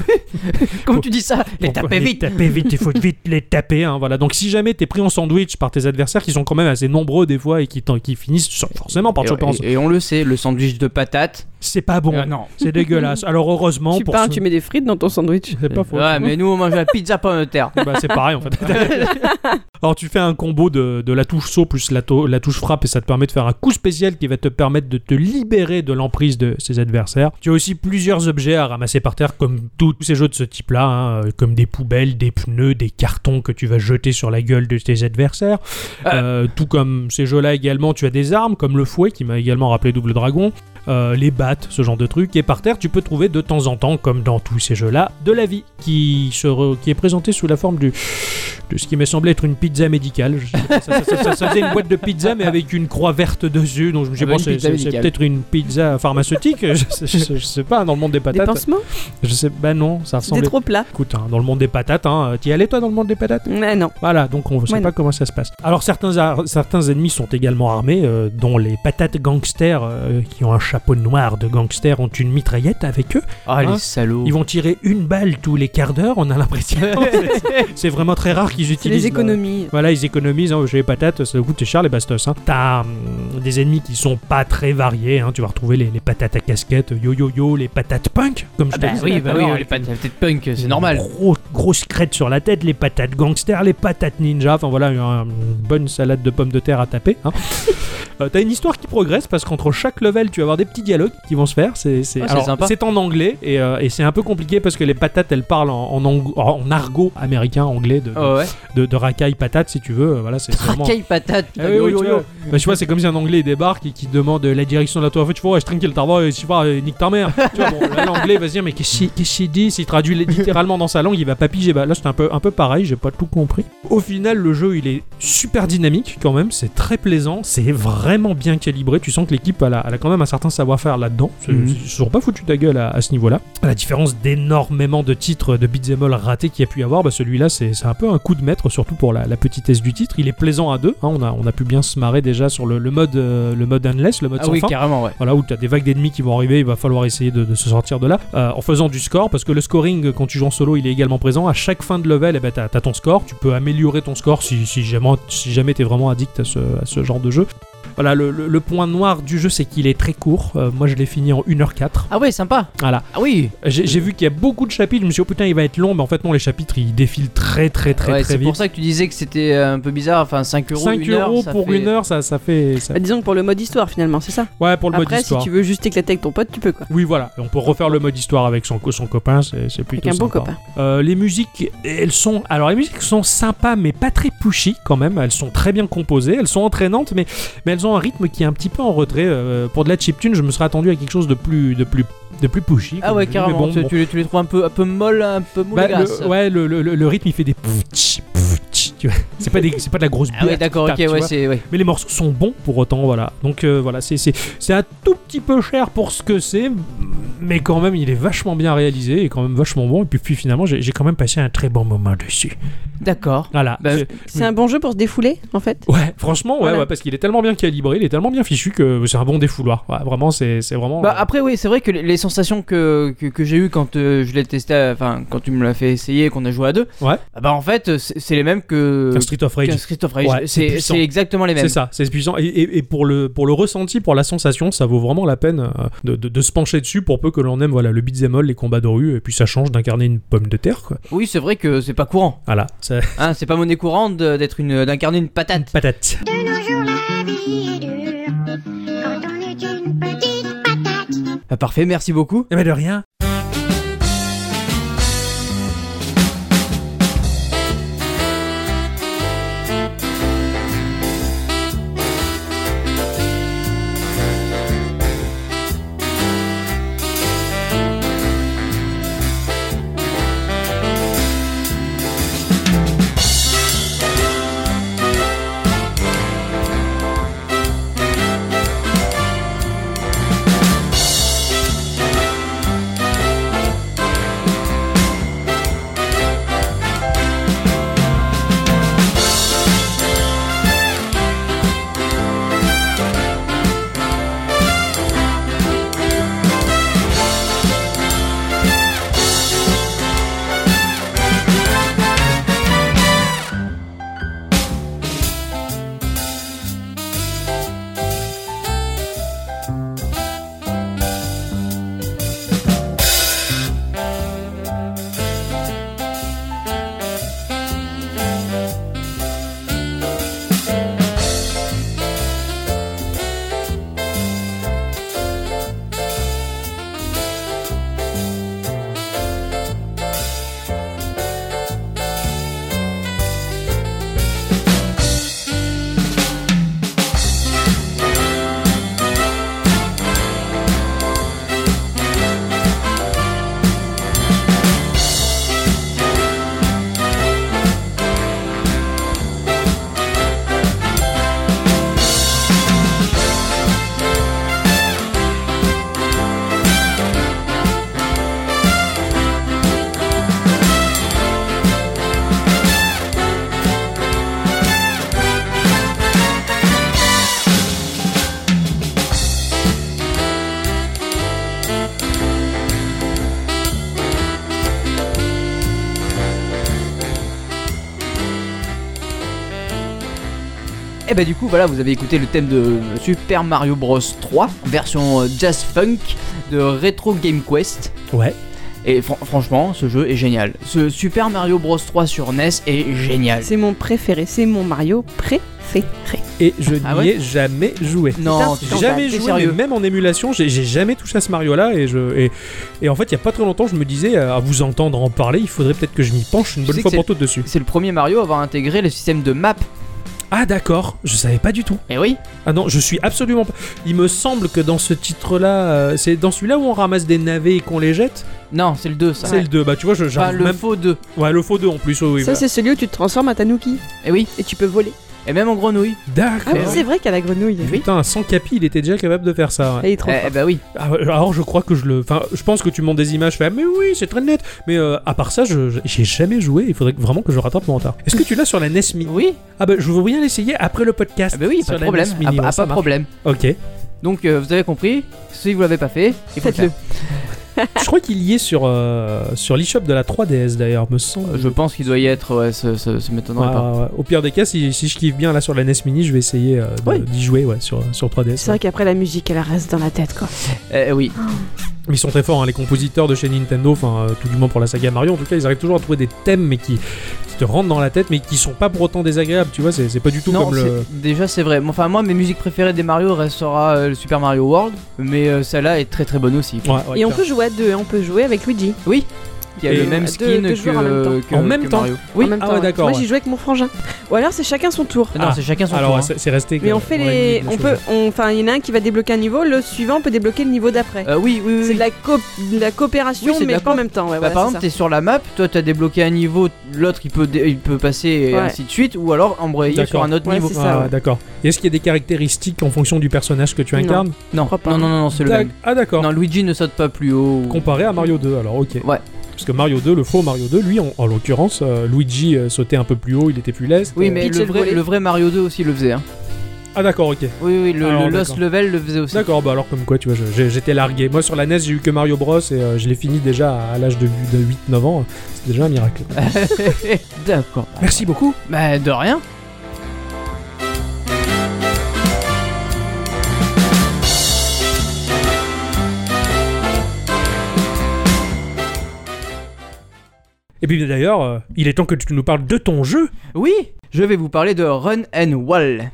A: Comment tu dis ça Les
B: Pourquoi
A: taper
B: Les
A: vite
B: taper vite, il faut vite les taper. hein, voilà. Donc si jamais t'es pris en sandwich par tes adversaires, qui sont quand même assez nombreux des fois et qui, t'en- qui finissent sur- forcément par te choper en
A: et, et on le sait, le sandwich de patates.
B: C'est pas bon, Ah
A: Euh, non.
B: c'est dégueulasse. Alors heureusement,
C: tu
B: pour
C: parles,
B: ce-
C: tu mets des frites dans ton sandwich.
B: C'est pas faux.
A: Ouais, mais nous on mange la pizza pomme de terre.
B: Bah, c'est pareil en fait. Alors tu fais un combo de, de la touche saut plus la, to- la touche frappe et ça te permet de faire un coup spécial qui va te permettre de te libérer de l'emprise de ses adversaires. Tu as aussi plusieurs objets à ramasser par terre comme tous ces jeux de ce type-là, hein, euh, comme des poubelles, des pneus, des cartons que tu vas jeter sur la gueule de tes adversaires. Euh,
A: Ah.
B: tout comme ces jeux-là également, tu as des armes comme le fouet qui m'a également rappelé Double Dragon. euh, les battes, ce genre de trucs, et par terre tu peux trouver de temps en temps, comme dans tous ces jeux-là, de la vie qui, se re- qui est présentée sous la forme du, de ce qui me semblait être une pizza médicale. Je sais pas, ça, ça- ça- ça faisait une boîte de pizza, mais avec une croix verte dessus. Donc je me
A: Ah
B: suis dit,
A: bah,
B: bon,
A: une
B: c'est
A: pizza
B: c'est- c'est
A: médicale.
B: peut-être une pizza pharmaceutique. je, sais- je- je sais pas, hein, dans le monde des
C: Des
B: patates.
C: pansements
B: Je sais, bah non, ça
C: C'était
B: ressemblait.
C: trop plat.
B: Écoute, hein, dans le monde des patates, hein, t'y allais toi dans le monde des patates
C: Ah, non.
B: voilà, donc on ne sait
C: Ouais,
B: pas comment ça se passe. Alors certains, ar- certains ennemis sont également armés, euh, dont les patates gangsters, euh, qui ont un chapeau noir de gangsters, ont une mitraillette avec eux.
A: Ah
B: Hein
A: les salauds.
B: Ils vont tirer une balle tous les quarts d'heure, on a l'impression. C'est- c'est- C'est vraiment très rare qu'ils
C: C'est
B: utilisent...
C: les
B: la-
C: économies.
B: voilà, ils économisent hein, chez les patates, ça coûte cher les bastos. Hein. T'as hum, des ennemis qui sont pas très variés, hein. tu vas retrouver les, les patates à casquette, yo-yo-yo, les patates punk, comme je
A: Ah
B: te
A: bah
B: disais
A: oui,
B: tout à
A: bah oui,
B: l'heure,
A: les
B: avec
A: patates peut-être punk, c'est
B: une
A: normal.
B: gros- grosse crête sur la tête, les patates gangsters, les patates ninja, enfin voilà, un- une bonne salade de pommes de terre à taper. hein. Euh, T'as une histoire qui progresse parce qu'entre chaque level, tu vas avoir des petits dialogues qui vont se faire. C'est c'est-
A: Ah, c'est
B: alors,
A: sympa.
B: c'est en anglais et, euh, et c'est un peu compliqué parce que les patates elles parlent en, en ang- en argot américain, anglais de, de,
A: Ah ouais.
B: de- de racaille patate si tu veux. euh, Voilà, c'est c'est vraiment.
A: Racaille patate. putain,
B: Ah oui,
A: yo,
B: oui,
A: yo,
B: tu
A: yo.
B: vois. Bah, je vois, c'est comme si un anglais il débarque et qui demande euh, la direction de la tour. En fait, tu vois, ouais, je trinque le tarboy, je sais pas, euh, nique ta mère. tu vois, bon, là, l'anglais va se dire, mais qu'est-ce qu'il- qu'est-ce qu'il dit S'il traduit littéralement dans sa langue, il va pas piger. Bah, là, c'est un peu, un peu pareil, j'ai pas tout compris. Au final, le jeu, il est super dynamique quand même, c'est très plaisant, c'est vraiment bien calibré. Tu sens que l'équipe, elle a, elle a quand même un certain savoir-faire là-dedans. C'est-
A: Mhm.
B: c'est- Ils se sont pas foutus ta gueule à, à ce niveau-là. À la différence d'énormément de titres de beat'em all ratés qu'il y a pu y avoir, bah, celui-là, c'est c'est un peu un coup de maître, surtout pour la, la petitesse du titre. Il est plaisant à deux, hein, on, a, on a pu bien se marrer déjà sur le, le mode, euh, le mode endless, le mode
A: Ah
B: sans
A: oui,
B: fin.
A: carrément, ouais.
B: Voilà, où tu as des vagues d'ennemis qui vont arriver, il va falloir essayer de, de se sortir de là euh, en faisant du score, parce que le scoring, euh, quand tu joues en solo, il est également présent. À chaque fin de level, eh ben, tu as, ton score, tu peux améliorer ton score si, si jamais, si jamais tu es vraiment addict à ce, à ce genre de jeu. Voilà, le, le- le point noir du jeu, c'est qu'il est très court. Euh, moi, je l'ai fini en 1h04.
A: Ah ouais, sympa.
B: Voilà.
A: Ah oui.
B: J'ai j'ai vu qu'il y a beaucoup de chapitres. Je me suis dit, oh putain, il va être long. Mais en fait, non, les chapitres, ils défilent très, très, très,
A: Ouais,
B: très
A: c'est
B: vite.
A: pour ça que tu disais que c'était euh, un peu bizarre. Enfin, 5 euros,
B: 5
A: une heure,
B: euros
A: ça
B: pour
A: fait-
B: une heure, ça, ça fait. ça-
C: Bah, disons que pour le mode histoire finalement, c'est ça.
B: Ouais, pour le mode
C: Après, si
B: histoire.
C: tu veux juste t'éclater avec ton pote, tu peux quoi.
B: Oui, voilà. Et On peut refaire le mode histoire avec son, co- son copain, c'est c'est plutôt
C: un bon
B: sympa.
C: copain.
B: Euh, les musiques, elles sont. Alors, les musiques sont sympas, mais pas très pushy quand même. Elles sont très bien composées, elles sont entraînantes, mais, mais elles ont un rythme qui est un petit peu en retrait. Euh, pour de la chiptune, je me serais attendu à quelque chose de plus, de plus, de plus pushy.
A: Ah
B: comme
A: ouais,
B: je dis, mais
A: carrément.
B: bon,
A: tu,
B: bon.
A: tu les, tu les trouves un peu, un peu molles, un peu
B: Bah, le-
A: moulegasses.
B: ouais, le, le- le- le rythme, il fait des. pfftch, pfftch, tu vois. C'est pas, des- c'est pas de la grosse
A: Ah ouais,
B: boîte,
A: d'accord,
B: tac,
A: ok,
B: tu
A: ouais,
B: vois.
A: c'est. Ouais.
B: Mais les morceaux sont bons pour autant, voilà. Donc euh, voilà, c'est- c'est c'est un tout petit peu cher pour ce que c'est, mais quand même, il est vachement bien réalisé et quand même vachement bon. Et puis, puis finalement, j'ai j'ai quand même passé un très bon moment dessus.
A: D'accord.
B: Voilà.
A: Bah,
B: C'est-
C: C'est un bon jeu pour se défouler en fait.
B: Ouais, franchement, ouais,
C: Voilà.
B: ouais, parce qu'il est tellement bien calibré, il est tellement bien fichu que c'est un bon défouloir. Ouais, vraiment, c'est c'est vraiment.
A: Bah après oui c'est vrai que les- les sensations que, que, que j'ai eues quand euh, je l'ai testé euh, enfin quand tu me l'as fait essayer et qu'on a joué à deux
B: Ouais.
A: bah en fait c'est c'est les mêmes que
B: un Street of Rage.
A: qu'un Street of Rage.
B: Ouais, c'est
A: c'est
B: puissant.
A: c'est exactement les mêmes
B: C'est ça, c'est puissant. Et, et- et pour, le, pour le ressenti, pour la sensation, ça vaut vraiment la peine euh, de, de- de se pencher dessus pour peu que l'on aime voilà, le beat'em all, les combats de rue, et puis ça change d'incarner une pomme de terre. Quoi.
A: oui c'est vrai que c'est pas courant
B: Voilà, ça-
A: hein, c'est pas monnaie courante de- d'être une d'incarner une patate
B: patate.
E: De nos jours, la vie est dure quand on est une petite patate.
A: Ah, parfait merci beaucoup
B: Eh ben de rien.
A: et bah du coup voilà vous avez écouté le thème de Super Mario Bros 3 version euh, jazz funk de Retro Game Quest
B: Ouais.
A: et fran- franchement ce jeu est génial ce Super Mario Bros 3 sur NES est génial
C: C'est mon préféré, c'est mon Mario préféré.
B: Et je
A: Ah
B: n'y
A: ouais
B: ai jamais joué.
A: non
C: Putain,
A: tu-
B: J'ai
C: T'es
B: jamais
A: t'es
B: joué,
A: sérieux
B: mais même en émulation, j'ai j'ai jamais touché à ce Mario-là. Et, je- et, et en fait, il y a pas très longtemps, je me disais, euh, à vous entendre en parler, il faudrait peut-être que je m'y penche une
A: Tu
B: bonne
A: sais
B: fois
A: que
B: pour toutes dessus.
A: C'est le premier Mario à avoir intégré le système de map.
B: Ah d'accord, je savais pas du tout.
A: Et oui,
B: Ah non, je suis absolument pas... Il me semble que dans ce titre-là, euh, c'est dans celui-là où on ramasse des navets et qu'on les jette
A: non, c'est le 2 ça.
B: C'est le 2, bah tu vois, je
A: Enfin,
B: j'arrive
A: le
B: même...
A: faux 2.
B: Ouais, le faux 2 en plus, oui, oui. bah.
C: Ça
B: voilà.
C: c'est celui où tu te transformes à Tanuki
A: Et Eh oui,
C: et tu peux voler.
A: et même en grenouille.
C: Ah
B: D'accord.
C: oui, c'est vrai qu'il y a la grenouille.
B: Putain, sans capi, il était déjà capable de faire ça. ouais.
C: Elle est trop
A: Eh
C: forte.
A: bah oui.
B: Ah, Alors je crois que je le... Enfin, je pense que tu montes des images, je fais, ah, mais oui, c'est très net. Mais euh, à part ça, je j'ai jamais joué, il faudrait que- vraiment que je rattrape mon retard. Est-ce que tu l'as sur la NES Mini
A: Oui,
B: Ah bah je veux bien l'essayer après le podcast.
A: ah bah oui,
B: Sur
A: pas de
B: la
A: problème.
B: NES Mini,
A: Ah, bah,
B: ouais,
A: ah,
B: ça
A: pas de
B: marche.
A: problème.
B: Ok.
A: Donc euh, vous avez compris, si vous l'avez pas fait, il faut le
C: Faites-le.
A: faire.
B: Je crois qu'il y est sur, euh, sur l'eShop de la 3DS d'ailleurs, me semble.
A: Je pense qu'il doit y être, ouais, ça, ça- ça m'étonnerait
B: Ouais,
A: pas.
B: ouais, ouais. Au pire des cas, si, si je kiffe bien là sur la NES Mini, je vais essayer euh, de-
A: Ouais.
B: d'y jouer ouais, sur, sur 3DS.
C: C'est vrai qu'après la musique, elle reste dans la tête quoi.
A: Eh oui,
B: Mais ils sont très forts, hein, les compositeurs de chez Nintendo, enfin euh, tout du moins pour la saga Mario, en tout cas ils arrivent toujours à trouver des thèmes mais qui, qui te rentrent dans la tête mais qui sont pas pour autant désagréables, tu vois, c'est c'est pas du tout
A: non,
B: comme le...
A: c'est- déjà c'est vrai. Enfin, moi, mes musiques préférées des Mario restera euh, le Super Mario World, mais euh, celle-là est très très bonne aussi.
B: Ouais, ouais,
C: Et on
B: clair.
C: peut jouer à deux, hein. on peut jouer avec Luigi.
A: Oui, qui a
B: Et
A: le même
C: deux-
A: skin
C: deux
A: que,
C: joueurs en même
A: que-
B: En
A: que
B: même temps.
A: Mario. Oui,
C: en même
B: ah
C: temps, hein.
B: ouais, d'accord,
C: Moi
B: ouais.
C: j'y joue avec mon frangin. Ou alors c'est chacun son tour.
A: non,
B: Ah.
A: c'est chacun son
B: Alors
A: tour.
B: ouais,
A: hein.
B: c'est c'est resté...
C: Mais
B: quand
C: on
B: même
C: fait
B: dans la ligne
C: les,
B: des
C: on
B: choses.
C: peut, on- enfin il y en a un qui va débloquer un niveau, le suivant peut débloquer le niveau d'après.
A: Euh, oui, oui, oui.
C: C'est de la, co- de la coopération
A: Oui, c'est de
C: mais
A: la
C: pas en
A: coop.
C: même temps. Ouais,
A: Bah,
C: voilà,
A: par
C: c'est
A: exemple, t'es sur la map, toi t'as débloqué un niveau, l'autre il peut, dé- il peut passer et
C: Ouais.
A: ainsi de suite, ou alors embrayer sur
B: D'accord.
A: un autre
C: Ouais,
A: niveau.
C: c'est
B: Ah,
C: ça, ouais.
B: d'accord. Et Est-ce qu'il y a des caractéristiques en fonction du personnage que tu
C: Non.
B: incarnes
A: Non,
C: crois pas.
A: non, non, non, c'est le
B: D'ac-
A: même.
B: Ah d'accord.
A: Non, Luigi ne saute pas plus haut. ou-
B: Comparé à Mario 2, alors ok.
A: Ouais.
B: Parce que Mario 2, le faux Mario 2, lui, en, en l'occurrence, euh, Luigi euh, sautait un peu plus haut, il était plus leste.
A: Oui,
B: euh,
A: mais
C: Peach
A: le
C: et le
A: vrai,
C: volet.
A: le vrai Mario 2 aussi le faisait. hein.
B: Ah d'accord, ok.
A: Oui, oui, le,
B: Alors,
A: le Lost
B: d'accord.
A: Level le faisait aussi.
B: D'accord, bah alors comme quoi, tu vois, je- j'ai- j'étais largué. Moi sur la NES, j'ai eu que Mario Bros et euh, je l'ai fini déjà à, à l'âge de, de 8-9 ans. C'est déjà un miracle.
A: D'accord.
B: Merci beaucoup.
A: Bah, de rien.
B: Et puis d'ailleurs, euh, il est temps que tu nous parles de ton jeu.
A: Oui, je vais vous parler de Run and Wall.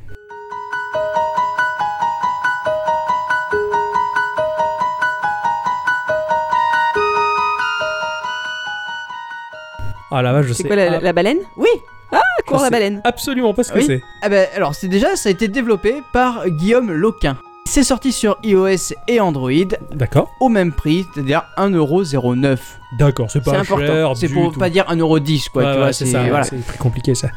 B: Ah la vache, je
C: ça.
B: sais
C: C'est quoi la,
B: ab-
C: la baleine
A: Oui.
C: Ah, cours
B: Je
C: la
B: sais.
C: baleine.
B: absolument pas ce que
A: Oui.
B: c'est.
A: Ah bah, alors c'est déjà, ça a été développé par Guillaume Loquin. C'est sorti sur iOS et Android
B: D'accord.
A: au même prix, c'est-à-dire 1,09€.
B: D'accord, c'est
A: C'est
B: pas
A: important.
B: cher
A: C'est
B: du
A: pour
B: tout.
A: pas dire 1,10€, quoi.
B: Ouais,
A: tu
B: ouais,
A: vois,
B: c'est ça. ouais,
A: voilà.
B: C'est très compliqué ça.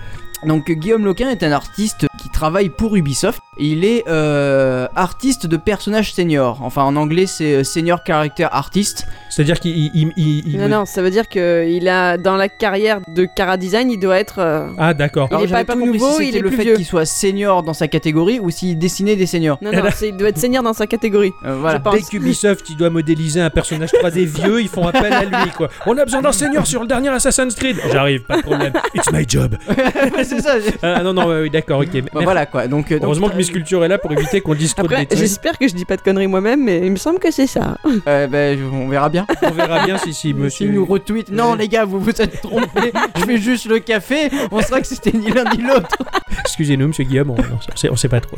A: Donc Guillaume Loquin est un artiste qui travaille pour Ubisoft. Il est euh, artiste de personnages senior. Enfin en anglais c'est euh, senior character artist.
B: C'est-à-dire qu'il il- il- il- il-
C: Non, non, ça veut dire que il a dans la carrière de Cara Design, il doit être. euh,
B: Ah d'accord.
C: Il est
A: j'avais
C: pas
A: pas
C: tout
A: compris
C: nouveau,
A: si
C: il
A: c'était
C: est
A: le
C: plus
A: fait
C: vieux.
A: qu'il soit senior dans sa catégorie ou s'il dessinait des seniors.
C: Non, non, c'est- il doit être senior dans sa catégorie.
A: Euh, voilà.
C: Je pense.
B: Dès qu'Ubisoft il doit modéliser un personnage 3D vieux, ils font appel à lui quoi. On a besoin d'un seigneur sur le dernier Assassin's Creed. J'arrive, pas de problème. It's my job.
A: c'est ça. c'est-
B: Ah non non, ouais, oui, d'accord, ok.
A: Bah, voilà quoi. Donc, euh, donc,
B: Heureusement que Miss Culture est là pour éviter qu'on dise trop de
C: Après,
B: bêtises.
C: j'espère que je dis pas de conneries moi-même, mais il me semble que c'est ça.
A: euh, bah, je- on verra bien.
B: On verra bien si, si
A: S'il
B: monsieur.
A: nous retweet. Non
B: Oui.
A: les gars, vous vous êtes trompés. je fais juste le café. On saura que c'était ni l'un ni l'autre.
B: Excusez-nous, monsieur Guillaume, on, on sait, on sait pas trop.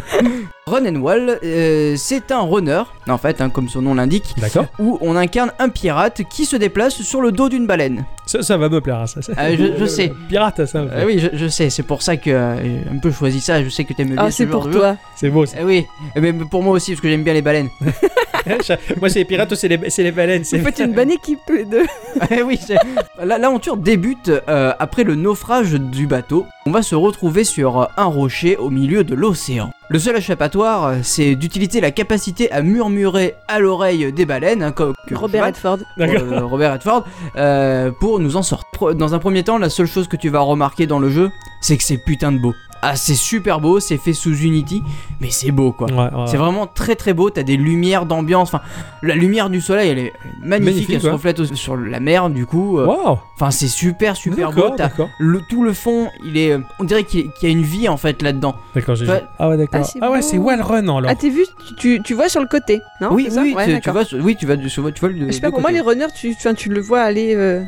A: Run and Wall, euh, c'est un runner, en fait, hein, comme son nom l'indique,
B: D'accord
A: où on incarne un pirate qui se déplace sur le dos d'une baleine.
B: ça, ça va me plaire, hein, ça. ça.
A: Ah, je- je sais.
B: Pirate, ça. me plaît.
A: Euh, oui, je, je sais, c'est pour ça que euh, j'ai un peu choisi ça, je sais que t'aimes bien
C: Ah,
A: ce
C: c'est
A: genre
C: pour
A: de
C: toi.
B: C'est beau. ça.
A: jeu. Euh, oui, mais pour moi aussi, parce que j'aime bien les baleines.
B: Moi, c'est les pirates ou c'est les, c'est les baleines
C: Vous
B: c'est...
C: faites une bonne équipe les deux.
A: Eh oui, c'est- La- l'aventure débute euh, après le naufrage du bateau. On va se retrouver sur euh, un rocher au milieu de l'océan. Le seul échappatoire, euh, c'est d'utiliser la capacité à murmurer à l'oreille des baleines, hein, comme que-
C: Robert
A: voilà.
C: Redford.
B: D'accord.
A: euh, Robert Redford, euh, pour nous en sortir. Pro- Dans un premier temps, la seule chose que tu vas remarquer dans le jeu, c'est que c'est putain de beau. Ah, c'est super beau, c'est fait sous Unity, mais c'est beau quoi.
B: Ouais, ouais.
A: C'est vraiment très très beau, t'as des lumières d'ambiance, enfin la lumière du soleil elle est magnifique,
B: Magnifique,
A: elle se
B: ouais.
A: reflète au- sur la mer du coup, euh,
B: Wow.
A: enfin c'est super super
B: d'accord,
A: beau, t'as
B: d'accord.
A: le, tout le fond, il est, on dirait qu'il qu'il y a une vie en fait là-dedans.
B: D'accord, j'ai
A: Ouais.
B: Ah ouais, d'accord.
C: Ah, c'est
B: ouais,
C: beau.
B: c'est Wallrun alors.
C: Ah, t'es vu, tu- tu, tu vois sur le côté, non
A: oui,
C: c'est ça
A: oui,
C: Ouais,
A: tu- tu,
C: d'accord.
A: vois, sur- oui, tu vas, du- tu vois, tu vois le-
C: Je sais pas,
A: de
C: pour moi,
A: côté.
C: les runners, tu, enfin, tu le vois aller euh,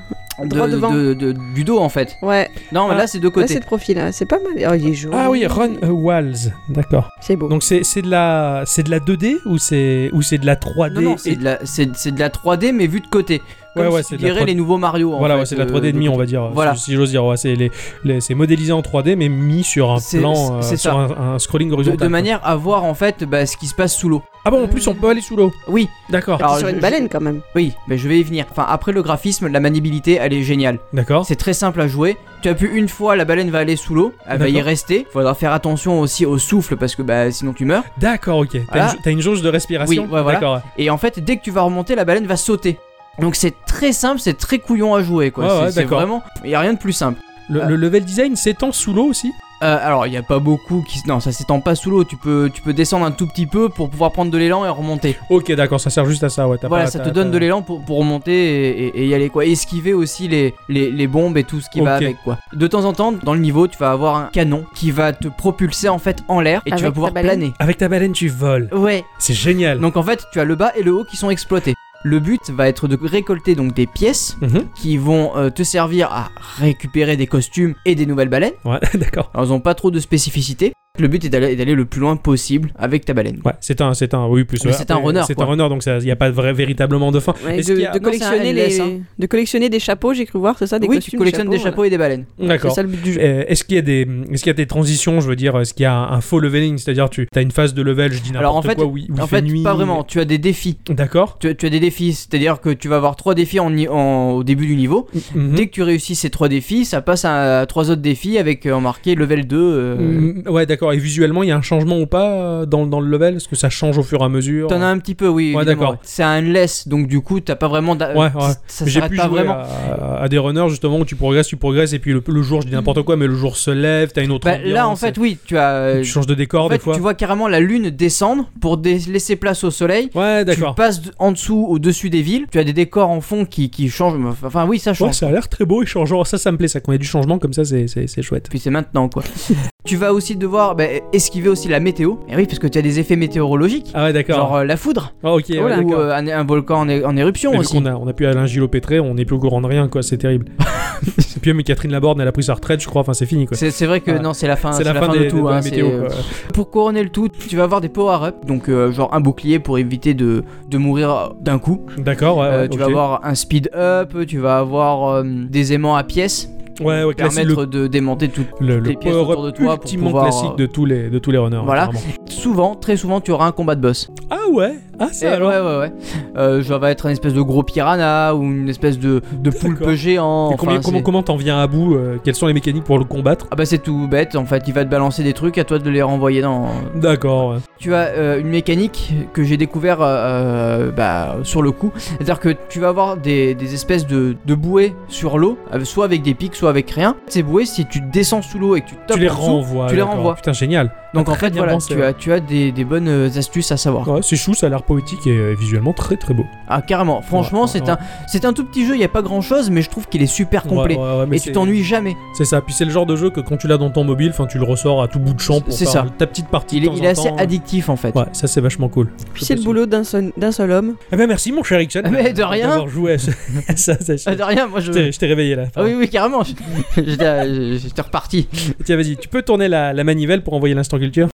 C: droit
A: De-
C: devant.
A: de- de- du dos en fait.
C: Ouais,
A: Non, mais
B: Ah.
A: là c'est de
C: là,
A: côté.
C: c'est de profil, hein. c'est pas mal. Oh, il est joli.
B: Ah oui, Run a Walls. D'accord.
C: C'est beau.
B: Donc c'est, c'est de la c'est de la 2D ou c'est ou c'est de la 3D
A: Non, non, c'est
B: Ah, et-
A: de, la, c'est, c'est de la 3D mais vue de côté. Comme
B: Ouais, ouais,
A: si
B: c'est
A: tu
B: de la
A: dirais
B: 3D.
A: les nouveaux Mario. en
B: Voilà,
A: fait,
B: ouais, c'est de la
A: euh,
B: 3D et demi,
A: de
B: on
A: côté.
B: va dire.
A: Voilà.
B: Si, si j'ose dire, ouais, c'est les, les- c'est modélisé en 3D mais mis sur un
A: C'est-
B: plan, euh,
A: c'est
B: sur
A: ça.
B: un, un scrolling
A: De,
B: horizontal.
A: de manière à voir en fait bah, ce qui se passe sous l'eau.
B: Ah bon, en plus on peut aller sous l'eau.
A: Oui,
B: D'accord.
A: Alors,
C: c'est sur
A: je-
C: une baleine quand même.
A: oui, mais je vais y venir. Enfin, après le graphisme, la maniabilité elle est géniale.
B: D'accord.
A: C'est très simple à jouer. Tu appuies une fois, la baleine va aller sous l'eau, elle va y
B: D'accord.
A: rester. Faudra faire attention aussi au souffle parce que bah, sinon tu meurs.
B: D'accord, ok. T'as,
A: Voilà.
B: une, jau- t'as une jauge de respiration.
A: Oui, ouais, voilà.
B: D'accord.
A: Et en fait, dès que tu vas remonter, la baleine va sauter. Donc c'est très simple, c'est très couillon à jouer quoi.
B: Ouais,
A: c'est,
B: ouais,
A: c'est
B: d'accord.
A: vraiment, il y a rien de plus simple.
B: Le, le level design s'étend sous l'eau aussi.
A: Euh, alors, il n'y a pas beaucoup qui. s- Non, ça s'étend pas sous l'eau. Tu peux, tu peux descendre un tout petit peu pour pouvoir prendre de l'élan et remonter.
B: Ok, d'accord, ça sert juste à ça, ouais. t'as
A: Voilà,
B: pas-
A: ça te
B: t'as-
A: donne
B: t'as-
A: de l'élan pour, pour remonter et, et- et y aller, quoi. Esquiver aussi les, les, les bombes et tout ce qui va
B: Ok.
A: avec, quoi. De temps en temps, dans le niveau, tu vas avoir un canon qui va te propulser en fait en l'air et
C: Avec
A: tu vas
C: ta
A: pouvoir
C: baleine.
A: planer.
B: Avec ta baleine, tu voles.
A: Ouais.
B: C'est génial.
A: Donc en fait, tu as le bas et le haut qui sont exploités. Le but va être de récolter donc des pièces
B: Mhm.
A: qui vont euh, te servir à récupérer des costumes et des nouvelles baleines.
B: Ouais, d'accord.
A: Alors, ils ont pas trop de spécificité. Le but est d'aller d'aller le plus loin possible avec ta baleine.
B: Ouais, c'est un, c'est un, oui, plus.
A: Ah, Mais
B: ouais,
A: c'est un
B: après,
A: runner,
B: C'est
A: quoi.
B: un runner, donc il n'y a pas de vrai, véritablement de fin.
C: Ouais,
B: Est-ce
C: de,
B: qu'il y a-
C: de
A: Non, c'est un
C: collectionner
A: LS,
C: les...
A: hein.
C: de collectionner des chapeaux, j'ai cru voir, c'est ça des
A: oui,
C: costumes,
A: tu collectionnes des chapeaux Eh, et des baleines.
C: voilà. C'est
B: D'accord.
C: ça le but du jeu.
B: Euh, Est-ce qu'il y a des, est-ce qu'il y a des transitions, je veux dire, est-ce qu'il y a un, un faux leveling, c'est-à-dire tu as une phase de level, je dis n'importe
A: Alors, en fait-
B: quoi, où, il- où il
A: en
B: fait
A: fait,
B: nuit.
A: pas vraiment. Tu as des défis.
B: D'accord.
A: Tu, tu as des défis, c'est-à-dire que tu vas avoir trois défis en, ni- en- au début du niveau.
B: Mhm.
A: Dès que tu réussis ces trois défis, ça passe à, trois autres défis avec euh, en marqué level 2. euh,
B: Mm, Ouais, d'accord. Et visuellement, il y a un changement ou pas euh, dans, dans le level Est-ce que ça change au fur et à mesure
A: T'en as un petit peu, oui.
B: Ouais,
A: évidemment,
B: d'accord.
A: ouais. C'est un less, donc du coup, t'as pas vraiment. d'a-
B: Ouais, ouais.
A: Ça
B: Mais J'ai
A: s'arrête
B: pu
A: pas
B: jouer
A: vraiment.
B: à, à des runners justement où tu progresses, tu progresses, et puis le, le jour, je dis n'importe quoi, mais le jour se lève, t'as une autre.
A: Bah, là, en
B: ambiance,
A: fait, oui, tu as. euh,
B: et tu changes de décor
A: en fait,
B: des fois.
A: tu vois carrément la lune descendre pour dé- laisser place au soleil. Tu
B: Ouais, d'accord.
A: passes d- en dessous, au-dessus des villes. Tu as des décors en fond qui, qui changent. Enfin, oui, ça change.
B: Ouais, ça a l'air très beau et changeant. Ça, ça me plaît. Ça, quand il y a du changement comme ça, c'est- c'est c'est chouette.
A: Puis c'est maintenant, quoi. tu vas aussi devoir bah, esquiver aussi la météo. Et oui, parce que tu as des effets météorologiques.
B: Ah ouais,
A: Genre
B: d'accord.
A: euh, la foudre
B: Ah, ok. ouais,
A: ou
B: d'accord.
A: euh, un, un volcan en, é- en éruption
B: Mais vu
A: aussi.
B: qu'on a, on a pu Alain Gillot-Pétré, on n'est plus au courant de rien, quoi, c'est terrible. et puis même Catherine Laborde, elle a pris sa retraite, je crois, enfin c'est fini, quoi.
A: C'est c'est vrai que
B: Ouais.
A: non, c'est la fin,
B: C'est la, fin,
A: de
B: des-
A: tout.
B: de la
A: hein, c'est,
B: météo,
A: euh,
B: quoi.
A: Pour couronner le tout, tu vas avoir des power-up, donc euh, genre un bouclier pour éviter de, de mourir d'un coup.
B: D'accord, Ah ouais,
A: Euh,
B: ouais,
A: tu
B: ok.
A: vas avoir un speed-up, tu vas avoir euh, des aimants à pièces
B: ouais, ouais,
A: pour permettre
B: classique, le,
A: de démonter tout.
B: le,
A: des
B: le
A: pièces
B: power-up
A: autour de toi pour
B: ultimement
A: pouvoir,
B: classique
A: euh,
B: de tous les, de tous les runners.
A: voilà.
B: apparemment.
A: Souvent, très souvent, tu auras un combat de boss.
B: Ah ouais Ah
A: Eh,
B: ça alors
A: Ouais, ouais, ouais. Euh, ça va être une espèce de gros piranha ou une espèce de, de poulpe
B: D'accord.
A: géant.
B: Et combien-
A: enfin,
B: comment
A: c'est-
B: comment t'en viens à bout euh, Quelles sont les mécaniques pour le combattre
A: Ah bah c'est tout bête, en fait, il va te balancer des trucs, à toi de les renvoyer dans...
B: D'accord, ouais.
A: Tu as euh, une mécanique que j'ai découvert euh, euh, bah, sur le coup, c'est-à-dire que tu vas avoir des, des espèces de, de bouées sur l'eau, euh, soit avec des pics, soit avec rien. Ces bouées, si tu descends sous l'eau et que tu tapes
B: tu les
A: en dessous,
B: renvoies.
A: tu les
B: d'accord.
A: renvoies.
B: Putain, génial.
A: donc en
B: Très
A: fait
B: bien
A: voilà,
B: pensé,
A: tu
B: ouais.
A: as, tu as des, des bonnes euh, astuces à savoir.
B: Ouais, c'est chou, ça a l'air poétique et euh, visuellement très très beau.
A: Ah carrément, franchement
B: Ouais,
A: c'est
B: ouais,
A: un c'est un tout petit jeu, il n'y a pas grand-chose, mais je trouve qu'il est super complet.
B: Ouais, ouais, ouais, mais
A: et tu
B: c'est-
A: t'ennuies jamais.
B: C'est ça. Puis c'est le genre de jeu que quand tu l'as dans ton mobile, enfin tu le ressors à tout bout de champ pour
A: C'est
B: faire
A: ça.
B: ta petite partie.
A: Il
B: de
A: est,
B: temps
A: il
B: en
A: est assez
B: temps.
A: addictif en hein. fait.
B: Ouais, ça c'est vachement cool.
C: Puis C'est le boulot d'un seul, d'un seul homme.
B: Eh ben merci mon cher Ixon.
A: Mais de rien.
B: D'avoir joué à ce- à ça. ça, je-
A: Ah, de rien, moi je.
B: je t'ai- je t'ai réveillé là.
A: Ah oui, oui, carrément. je- J'étais euh, j'étais reparti.
B: Tiens, vas-y, tu peux tourner la, la manivelle pour envoyer l'instant culture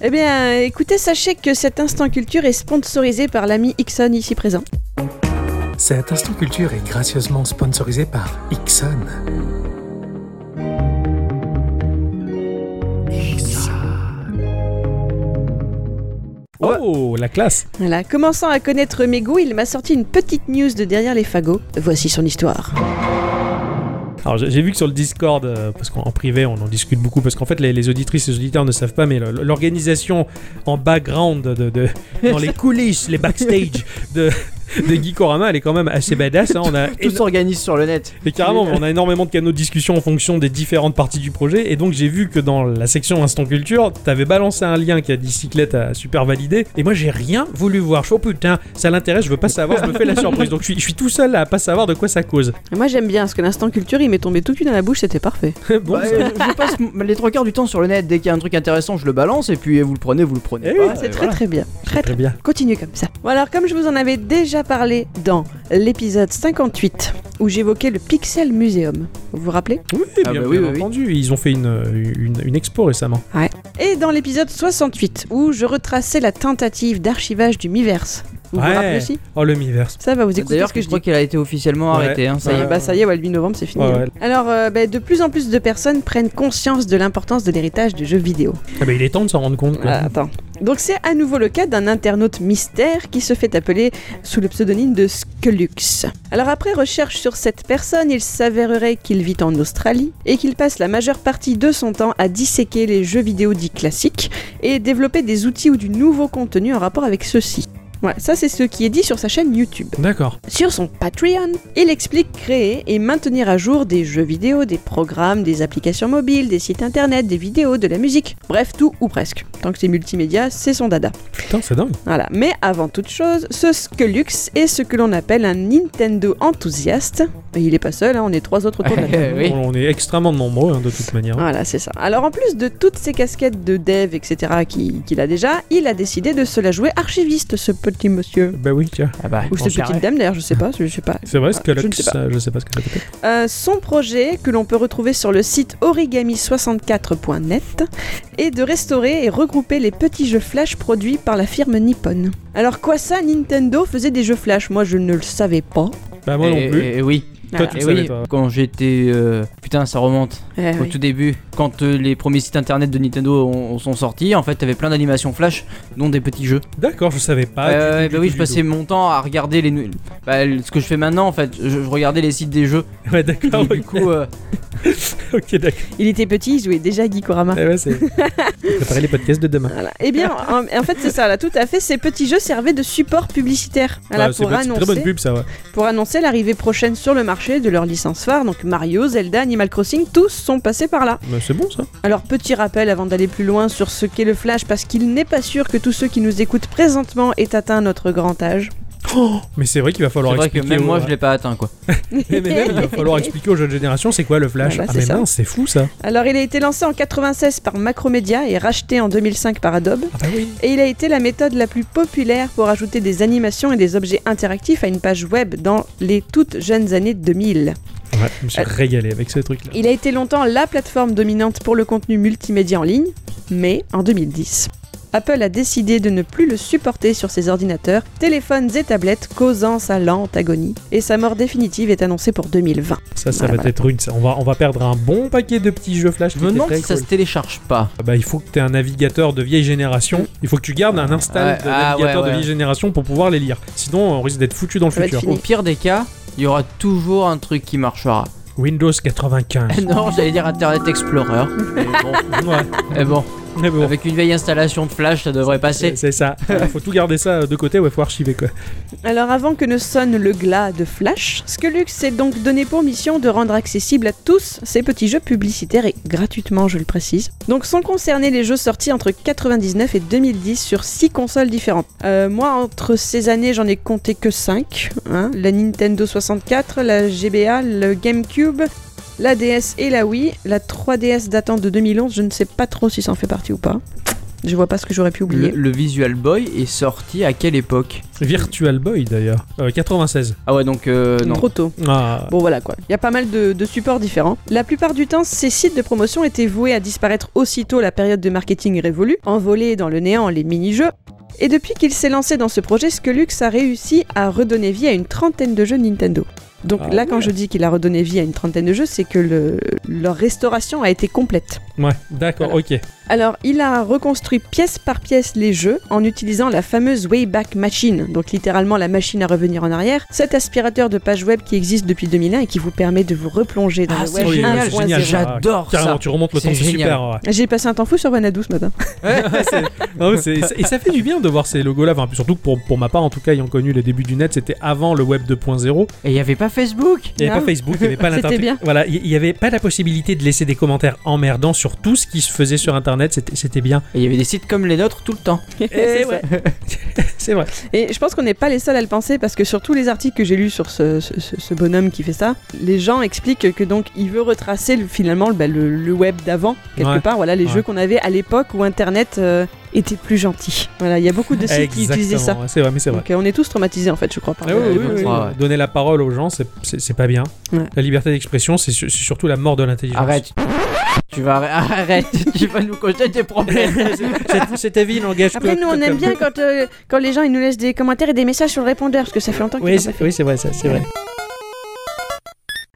C: Eh bien, écoutez, sachez que cet instant culture est sponsorisé par l'ami Ixon ici présent.
F: Cet instant culture est gracieusement sponsorisé par Ixon.
B: Oh, la classe
C: Voilà, commençant à connaître mes goûts, il m'a sorti une petite news de derrière les fagots. Voici son histoire.
B: Alors j'ai j'ai vu que sur le Discord, euh, parce qu'en en privé on en discute beaucoup, parce qu'en fait les, les auditrices et les auditeurs ne savent pas, mais le- l'organisation en background, de, de- dans les coulisses, les backstage de, de Geekorama, elle est quand même assez badass. hein. On a
A: Tout s'organise sur le net.
B: Mais carrément, on a énormément de canaux de discussion en fonction des différentes parties du projet. Et donc, j'ai vu que dans la section Instant Culture, t'avais balancé un lien qui a dit Cyclette à super validé. Et moi, j'ai rien voulu voir. Je suis, oh putain, ça l'intéresse, je veux pas savoir, je me fais la surprise. Donc, je suis, je suis tout seul à pas savoir de quoi ça cause.
C: Et moi j'aime bien, parce que l'instant culture, il m'est tombé tout cul dans la bouche, c'était parfait.
B: bon,
A: Bah, euh, je passe m- les trois quarts du temps sur le net. Dès qu'il y a un truc intéressant, je le balance et puis euh, vous le prenez, vous le prenez.
B: Eh
A: pas,
B: oui,
A: euh,
C: C'est très
A: voilà.
C: très bien. Très très
B: très bien.
C: Continue comme ça. Bon alors comme je vous en avais déjà parlé dans l'épisode 58 où j'évoquais le Pixel Museum, vous vous rappelez
B: Oui,
A: Ah
B: bien,
A: bah oui,
B: bien
A: oui, oui.
B: entendu. Ils ont fait une, une, une expo récemment.
C: Et dans l'épisode 68 où je retraçais la tentative d'archivage du Miverse. Vous vous
B: Ouais.
C: rappelez aussi
B: Oh, le Miiverse.
C: Ça va vous écouter
A: D'ailleurs,
C: ce que
A: je
C: je dis.
A: crois qu'elle a été officiellement
B: Ouais.
A: arrêtée. hein, ça y
B: Ouais.
A: est.
C: Ah bah ça y est, ouais, le 8 novembre c'est fini.
B: Ouais,
C: hein.
B: ouais.
C: Alors euh, bah, de plus en plus de personnes prennent conscience de l'importance de l'héritage du jeu vidéo.
B: Ah bah, il est temps de s'en rendre compte. quoi.
C: Ah, attends, Donc c'est à nouveau le cas d'un internaute mystère qui se fait appeler sous le pseudonyme de Skelux. Alors après recherche sur cette personne, il s'avérerait qu'il vit en Australie et qu'il passe la majeure partie de son temps à disséquer les jeux vidéo dits classiques et développer des outils ou du nouveau contenu en rapport avec ceux-ci. Voilà, ça c'est ce qui est dit sur sa chaîne YouTube.
B: D'accord.
C: Sur son Patreon, il explique créer et maintenir à jour des jeux vidéo, des programmes, des applications mobiles, des sites internet, des vidéos, de la musique, bref tout ou presque. Tant que c'est multimédia, c'est son dada.
B: Putain, c'est dingue.
C: Voilà, mais avant toute chose, ce Skelux est ce que l'on appelle un Nintendo enthousiaste. Et il est pas seul, hein, on est trois autres autour de la table.
A: Eh oui.
B: On, on est extrêmement nombreux hein, de toute manière.
C: Voilà, c'est ça. Alors en plus de toutes ces casquettes de dev, etc. qui- qu'il a déjà, il a décidé de se la jouer archiviste, ce petit monsieur.
B: Bah oui, tiens.
A: Ah bah,
C: Ou cette petite dame d'ailleurs, je sais pas, je sais pas.
B: C'est vrai, ce que
C: Ah, je ne sais pas.
B: je sais pas ce que ça peut être.
C: Euh, son projet, que l'on peut retrouver sur le site origami64.net, est de restaurer et regrouper les petits jeux flash produits par la firme Nippon. Alors quoi ça, Nintendo faisait des jeux flash Moi je ne le savais pas.
B: Bah moi non plus.
A: oui.
B: Toi,
C: Voilà.
B: tu
A: Eh
B: le savais,
A: oui,
B: toi.
A: quand j'étais. euh, Putain, ça remonte.
C: Eh
A: Au
C: oui.
A: tout début, quand euh, les premiers sites internet de Nintendo ont- sont sortis, en fait, t'avais plein d'animations flash, dont des petits jeux.
B: D'accord, je savais pas.
A: Euh,
B: Ah
A: ouais,
B: du tout, du
A: bah
B: tout,
A: oui,
B: du
A: je passais mon temps à regarder les. nu- Bah, ce que je fais maintenant, en fait, je, je regardais les sites des jeux.
B: tout. Ah Ouais, d'accord.
A: et du
B: ok.
A: coup, euh,
B: Ok, d'accord. Ah
C: Il était petit, il jouait déjà à Gikorama.
B: Ouais, ouais, c'est. Préparer les podcasts de demain.
C: Voilà. Eh bien, en, en fait, c'est ça, là, tout à fait. Ces petits jeux servaient de support publicitaire voilà,
B: Bah, c'est
C: pour,
B: bonne- c'est très bonne
C: annoncer,
B: pub, ça, ouais.
C: pour annoncer l'arrivée prochaine sur le marché de leurs licences phares. Donc Mario, Zelda, Animal Crossing, tous sont passés par là.
B: Bah, c'est bon, ça.
C: Alors petit rappel avant d'aller plus loin sur ce qu'est le flash parce qu'il n'est pas sûr que tous ceux qui nous écoutent présentement aient atteint notre grand âge.
B: Mais c'est vrai qu'il va
A: c'est
B: falloir
A: vrai que
B: expliquer.
A: même
B: aux-
A: moi, je l'ai pas atteint, quoi.
B: Eh, Mais même, il va falloir expliquer aux jeunes générations c'est quoi le flash.
C: Voilà,
B: ah,
C: c'est
B: mais
C: ça.
B: mince, c'est fou, ça.
C: Alors il a été lancé en 96 par Macromedia et racheté en 2005 par Adobe
B: Ah, bah oui.
C: et il a été la méthode la plus populaire pour ajouter des animations et des objets interactifs à une page web dans les toutes jeunes années 2000.
B: Ouais, je me suis
C: Euh,
B: régalé avec ce truc-là.
C: Il a été longtemps la plateforme dominante pour le contenu multimédia en ligne, mais en 2010, Apple a décidé de ne plus le supporter sur ses ordinateurs, téléphones et tablettes, causant sa lente agonie. Et sa mort définitive est annoncée pour 2020.
B: Ça, ça
C: Voilà,
B: va être rude. ça. On va, on va perdre un bon paquet de petits jeux flash.
A: Je
B: qui
A: me
B: étaient
A: demande
B: très
A: si ça se
B: cool.
A: télécharge pas.
B: Ah Bah, il faut que tu aies un navigateur de vieille génération. Il faut que tu gardes un install
A: Ouais,
B: de
A: ah,
B: navigateur
A: ouais,
B: de
A: ouais.
B: vieille génération pour pouvoir les lire. Sinon, on risque d'être foutu dans le
C: Ça va être
B: futur.
C: fini.
A: Au pire des cas, il y aura toujours un truc qui marchera. Ah
B: Windows 95.
A: non, j'allais dire Internet Explorer. mais bon,
B: ouais.
A: mais bon,
B: Mais bon.
A: avec une vieille installation de flash, ça devrait passer.
B: C'est ça. Il faut tout garder ça de côté. Ouais, faut archiver quoi.
C: Alors avant que ne sonne le glas de Flash, Skelux s'est donc donné pour mission de rendre accessibles à tous ces petits jeux publicitaires et gratuitement, je le précise. Donc sont concernés les jeux sortis entre 99 et 2010 sur 6 consoles différentes. Euh, moi, entre ces années, j'en ai compté que 5. la Nintendo 64, la GBA, le GameCube, la DS et la Wii. La 3DS datant de 2011, je ne sais pas trop si ça en fait partie ou pas. Je vois pas ce que j'aurais pu
A: Le,
C: oublier.
A: le Visual Boy est sorti à quelle époque
B: Virtual Boy d'ailleurs. Euh, 96.
A: Ah ouais, donc euh, non.
C: Trop tôt.
B: Ah.
C: Bon voilà quoi, il y a pas mal de, de supports différents. La plupart du temps, ces sites de promotion étaient voués à disparaître aussitôt la période de marketing révolue, envolés dans le néant les mini-jeux. Et depuis qu'il s'est lancé dans ce projet, Skelux a réussi à redonner vie à une trentaine de jeux Nintendo. Donc
B: Ah
C: là,
B: ouais.
C: quand je dis qu'il a redonné vie à une trentaine de jeux, c'est que le- leur restauration a été complète.
B: Ouais. D'accord. Ok.
C: Alors, il a reconstruit pièce par pièce les jeux en utilisant la fameuse Wayback Machine, donc littéralement la machine à revenir en arrière, cet aspirateur de page web qui existe depuis 2001 et qui vous permet de vous replonger dans
A: Ah,
C: le
A: c'est
C: web
B: Oui,
A: génial,
C: 1.0.
A: c'est génial. J'adore
B: Carrément,
A: ça.
B: tu remontes le
A: C'est
B: temps. C'est
A: génial.
B: super. ouais.
C: J'ai passé un temps fou sur Vanadoo ce matin.
B: Non, mais c'est- c'est- et ça fait du bien de voir ces logos-là. Enfin, surtout que pour, pour ma part, en tout cas, ayant connu les débuts du net, c'était avant le web 2.0.
A: Et il y avait pas Facebook
B: Il n'y avait
C: Non.
B: pas Facebook, il n'y avait pas
C: C'était
B: l'internet.
C: bien.
B: Voilà, il n'y avait pas la possibilité de laisser des commentaires emmerdants sur tout ce qui se faisait sur internet. C'était- C'était bien.
A: Et il y avait des sites comme les nôtres tout le temps.
C: C'est vrai.
B: C'est vrai.
C: Et je pense qu'on n'est pas les seuls à le penser parce que sur tous les articles que j'ai lus sur ce, ce- ce- ce bonhomme qui fait ça, les gens expliquent que donc il veut retracer le- finalement bah, le, le web d'avant, quelque
B: Ouais.
C: part, voilà les
B: Ouais.
C: jeux qu'on avait à l'époque où Internet euh, était plus gentil. Voilà, il y a beaucoup de sites qui utilisaient ça.
B: Exactement. ouais, C'est vrai, mais c'est vrai.
C: Donc euh, on est tous traumatisés en fait, je crois. Par
B: Ah
C: le-
B: oui, oui,
C: le-
B: oui,
A: je
B: oui.
A: crois, ouais.
B: Donner la parole aux gens, c'est- c'est c'est pas bien.
C: Ouais.
B: La liberté d'expression, c'est su- c'est surtout la mort de l'intelligence.
A: Arrête. tu vas arrê- arrête, tu vas nous causer des problèmes.
B: Cet- Cet avis n'engage que.
C: Après, nous, on aime bien quand, euh, quand les gens ils nous laissent des commentaires et des messages sur le répondeur, parce que ça fait longtemps qu'ils
B: Oui,
C: l'ont pas
B: c'est
C: fait.
B: oui, c'est vrai, ça, c'est vrai.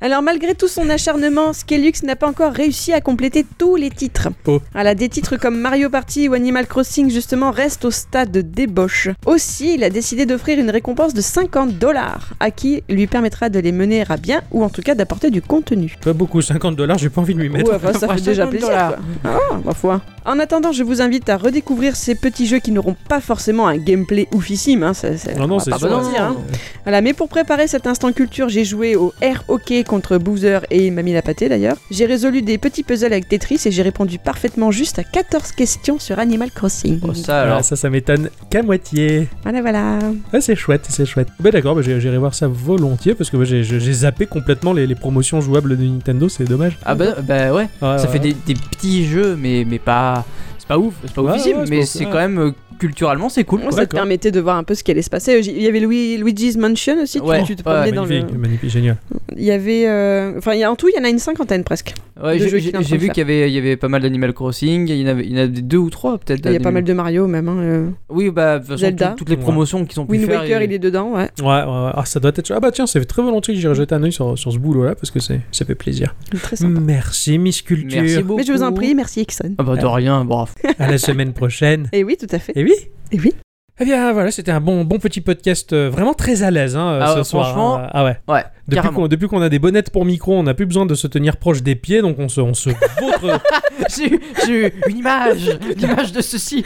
C: Alors malgré tout son acharnement, Skelux n'a pas encore réussi à compléter tous les titres.
B: Oh.
C: Voilà, des titres comme Mario Party ou Animal Crossing justement restent au stade de débauche. Aussi, il a décidé d'offrir une récompense de 50 dollars à qui lui permettra de les mener à bien ou en tout cas d'apporter du contenu.
B: Pas beaucoup, 50 dollars, j'ai pas envie de lui mettre.
C: Ouais, enfin, ça fait déjà
A: 50
C: plaisir.
A: dollars.
C: quoi. Ah, ma foi. En attendant, je vous invite à redécouvrir ces petits jeux qui n'auront pas forcément un gameplay oufissime. Hein, ça- ça-
B: Non, non,
C: on va
B: c'est
C: pas
B: sûr.
C: se mentir, hein. Voilà, mais pour préparer cet instant culture, j'ai joué au air hockey contre Boozer et il m'a mis la pâtée d'ailleurs. J'ai résolu des petits puzzles avec Tetris et j'ai répondu parfaitement juste à 14 questions sur Animal Crossing.
A: Oh, ça
B: Alors
A: alors.
B: ça, ça m'étonne qu'à moitié.
C: Voilà, voilà.
B: Ah, c'est chouette, c'est chouette. Bah d'accord, bah, j'ai- j'irai voir ça volontiers parce que bah, j'ai- j'ai j'ai zappé complètement les, les promotions jouables de Nintendo, c'est dommage.
A: Ah bah, bah ouais,
B: Ouais,
A: ça
B: ouais,
A: fait
B: ouais.
A: des, des petits jeux, mais, mais pas. C'est pas ouf, c'est pas
B: Ouais,
A: officiel,
B: ouais, c'est
A: mais
B: pas-
A: c'est
B: ouais.
A: quand même euh, culturellement c'est cool.
C: Moi,
A: quoi.
C: ça te
B: d'accord.
C: permettait de voir un peu ce qui allait se passer. J- Il y avait Louis, Luigi's Mansion aussi, tu-
A: Ouais,
C: tu, te
A: ouais,
C: promenais dans le...
B: Magnifique, magnifique, génial.
C: Il y avait... euh, Enfin, il y a, en tout, il y en a une cinquantaine presque.
A: Ouais,
C: de
A: j'ai-
C: jeux qu'il est
A: j'ai
C: en train
A: j'ai
C: de
A: vu
C: faire.
A: qu'il y avait, il y avait pas mal d'Animal Crossing, il y en avait, il y en a des deux ou trois peut-être.
C: Il y a pas
A: d'Animal-
C: mal de Mario même. hein, euh.
A: Oui, bah, de toute façon,
C: Zelda.
A: tout- toutes les
B: Ouais.
A: promotions qui sont plus
C: Wind Waker, il est dedans, ouais.
B: Ouais, ouais, ouais. Ah, ça doit être. Ah bah tiens, c'est très volontiers que j'irai jeter un oeil sur, sur ce boulot-là parce que c'est ça fait plaisir.
C: Très sympa.
B: Merci Miss Culture.
A: Merci beaucoup.
C: Mais je vous en prie, merci Ixon.
A: Ah bah de rien, bravo.
B: À la semaine prochaine.
C: Et oui, tout à fait.
B: Et oui.
C: Et oui.
B: Eh bien voilà, c'était un bon, bon petit podcast euh, vraiment très à l'aise hein, euh,
A: Ah,
B: ce soir.
A: franchement,
B: hein. Ah ouais.
A: Ouais,
B: Depuis
A: carrément.
B: qu'on, depuis qu'on a des bonnettes pour micro, on n'a plus besoin de se tenir proche des pieds, donc on se, on se vautre.
A: J'ai eu- j'ai eu une image, l'image de ceci.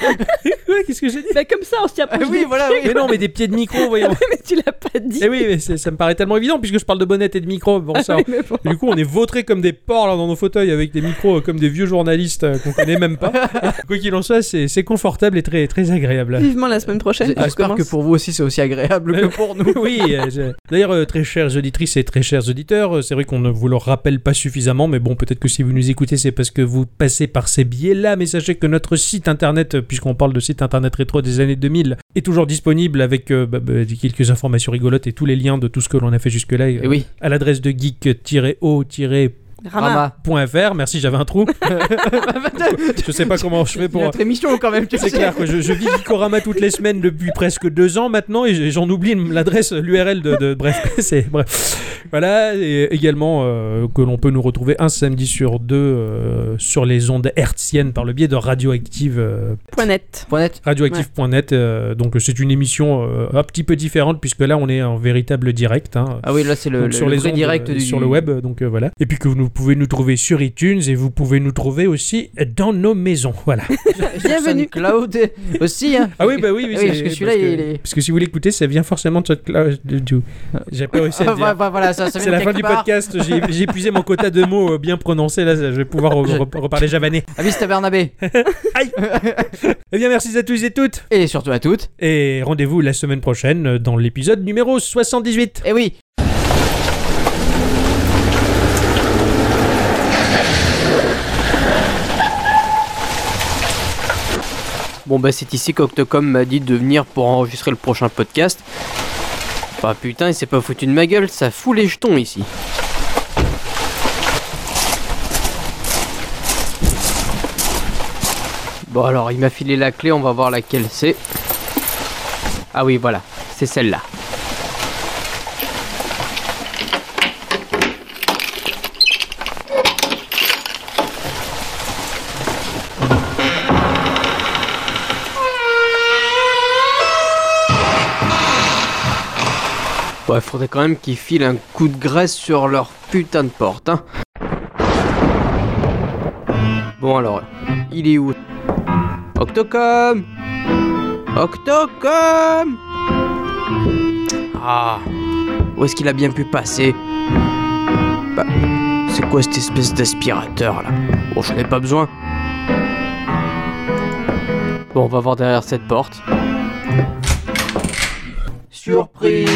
B: Ouais, Qu'est-ce que j'ai dit
C: Bah comme ça, on se tient
A: Ah
C: pas.
A: oui, voilà, oui.
B: Mais non, mais des pieds de micro, voyons.
C: mais tu l'as pas dit.
B: Eh oui, mais c'est- ça me paraît tellement évident puisque je parle de bonnettes et de micro. Bon, ça,
C: Oui, mais bon.
B: Du coup, on est vautrés comme des porcs là, dans nos fauteuils avec des micros euh, comme des vieux journalistes euh, qu'on connaît même pas. Quoi qu'il en soit, c'est c'est confortable et très, très agréable.
C: Vivement la semaine prochaine. on
A: J'espère que
C: recommence.
A: pour vous aussi c'est aussi agréable que pour nous.
B: oui, euh, je- d'ailleurs, euh, très chères auditrices et très chers auditeurs, euh, c'est vrai qu'on ne vous le rappelle pas suffisamment, mais bon, peut-être que si vous nous écoutez, c'est parce que vous passez par ces biais-là, mais sachez que notre site internet, euh, puisqu'on parle de site internet rétro des années 2000, est toujours disponible avec euh, bah, bah, quelques informations rigolotes et tous les liens de tout ce que l'on a fait jusque-là euh,
A: Et oui,
B: à l'adresse de geek-o-.fr.
A: ah,
C: Rama.
A: bah,
B: Merci, j'avais un trou.
A: Rama.
B: Je sais pas comment je fais pour.
A: bah, Notre émission quand même, tu
B: C'est
A: sais.
B: clair, quoi. Je, je vis Gikorama toutes les semaines depuis presque deux ans maintenant et j'en oublie l'adresse, l'URL de, de- Bref, c'est. Bref. Voilà, et également euh, que l'on peut nous retrouver un samedi sur deux euh, sur les ondes hertziennes par le biais de Radioactive. euh,
C: Point net.
A: Point net.
B: radioactive.net. euh, donc c'est une émission euh, un petit peu différente puisque là on est en véritable direct. hein.
A: Ah oui, là c'est le,
B: Donc,
A: le-
B: sur
A: le
B: les
A: vrai
B: ondes,
A: direct
B: euh,
A: du
B: sur le web donc euh, voilà et puis que vous nous- pouvez nous trouver sur iTunes et vous pouvez nous trouver aussi dans nos maisons voilà
C: Bienvenue.
A: Cloud aussi. hein.
B: ah oui bah oui, oui, c'est-
A: parce que celui-là il est.
B: parce que si vous l'écoutez ça vient forcément de cette cloche de du- j'ai pas réussi à le
A: Ah, voilà,
B: dire
A: voilà, ça, ça
B: c'est
A: vient
B: la
A: de
B: fin
A: quelque
B: du
A: part.
B: podcast j'ai j'ai épuisé mon quota de mots euh, bien prononcés là je vais pouvoir re-
A: Je-
B: re- reparler javanais
A: Ah, Mr. Bernabé.
B: eh bien merci à tous et toutes
A: Et surtout à toutes.
B: et rendez-vous la semaine prochaine euh, dans l'épisode numéro 78
A: Et oui. Bon bah c'est ici qu'Octocom m'a dit de venir pour enregistrer le prochain podcast. Bah putain il s'est pas foutu de ma gueule, ça fout les jetons ici. Bon alors il m'a filé la clé, on va voir laquelle c'est. Ah oui voilà, c'est celle-là. Ouais, faudrait quand même qu'ils filent un coup de graisse sur leur putain de porte, hein. Bon alors, il est où Octocom Octocom Ah, où est-ce qu'il a bien pu passer Bah, c'est quoi cette espèce d'aspirateur là Bon, j'en ai pas besoin. Bon, on va voir derrière cette porte. Surprise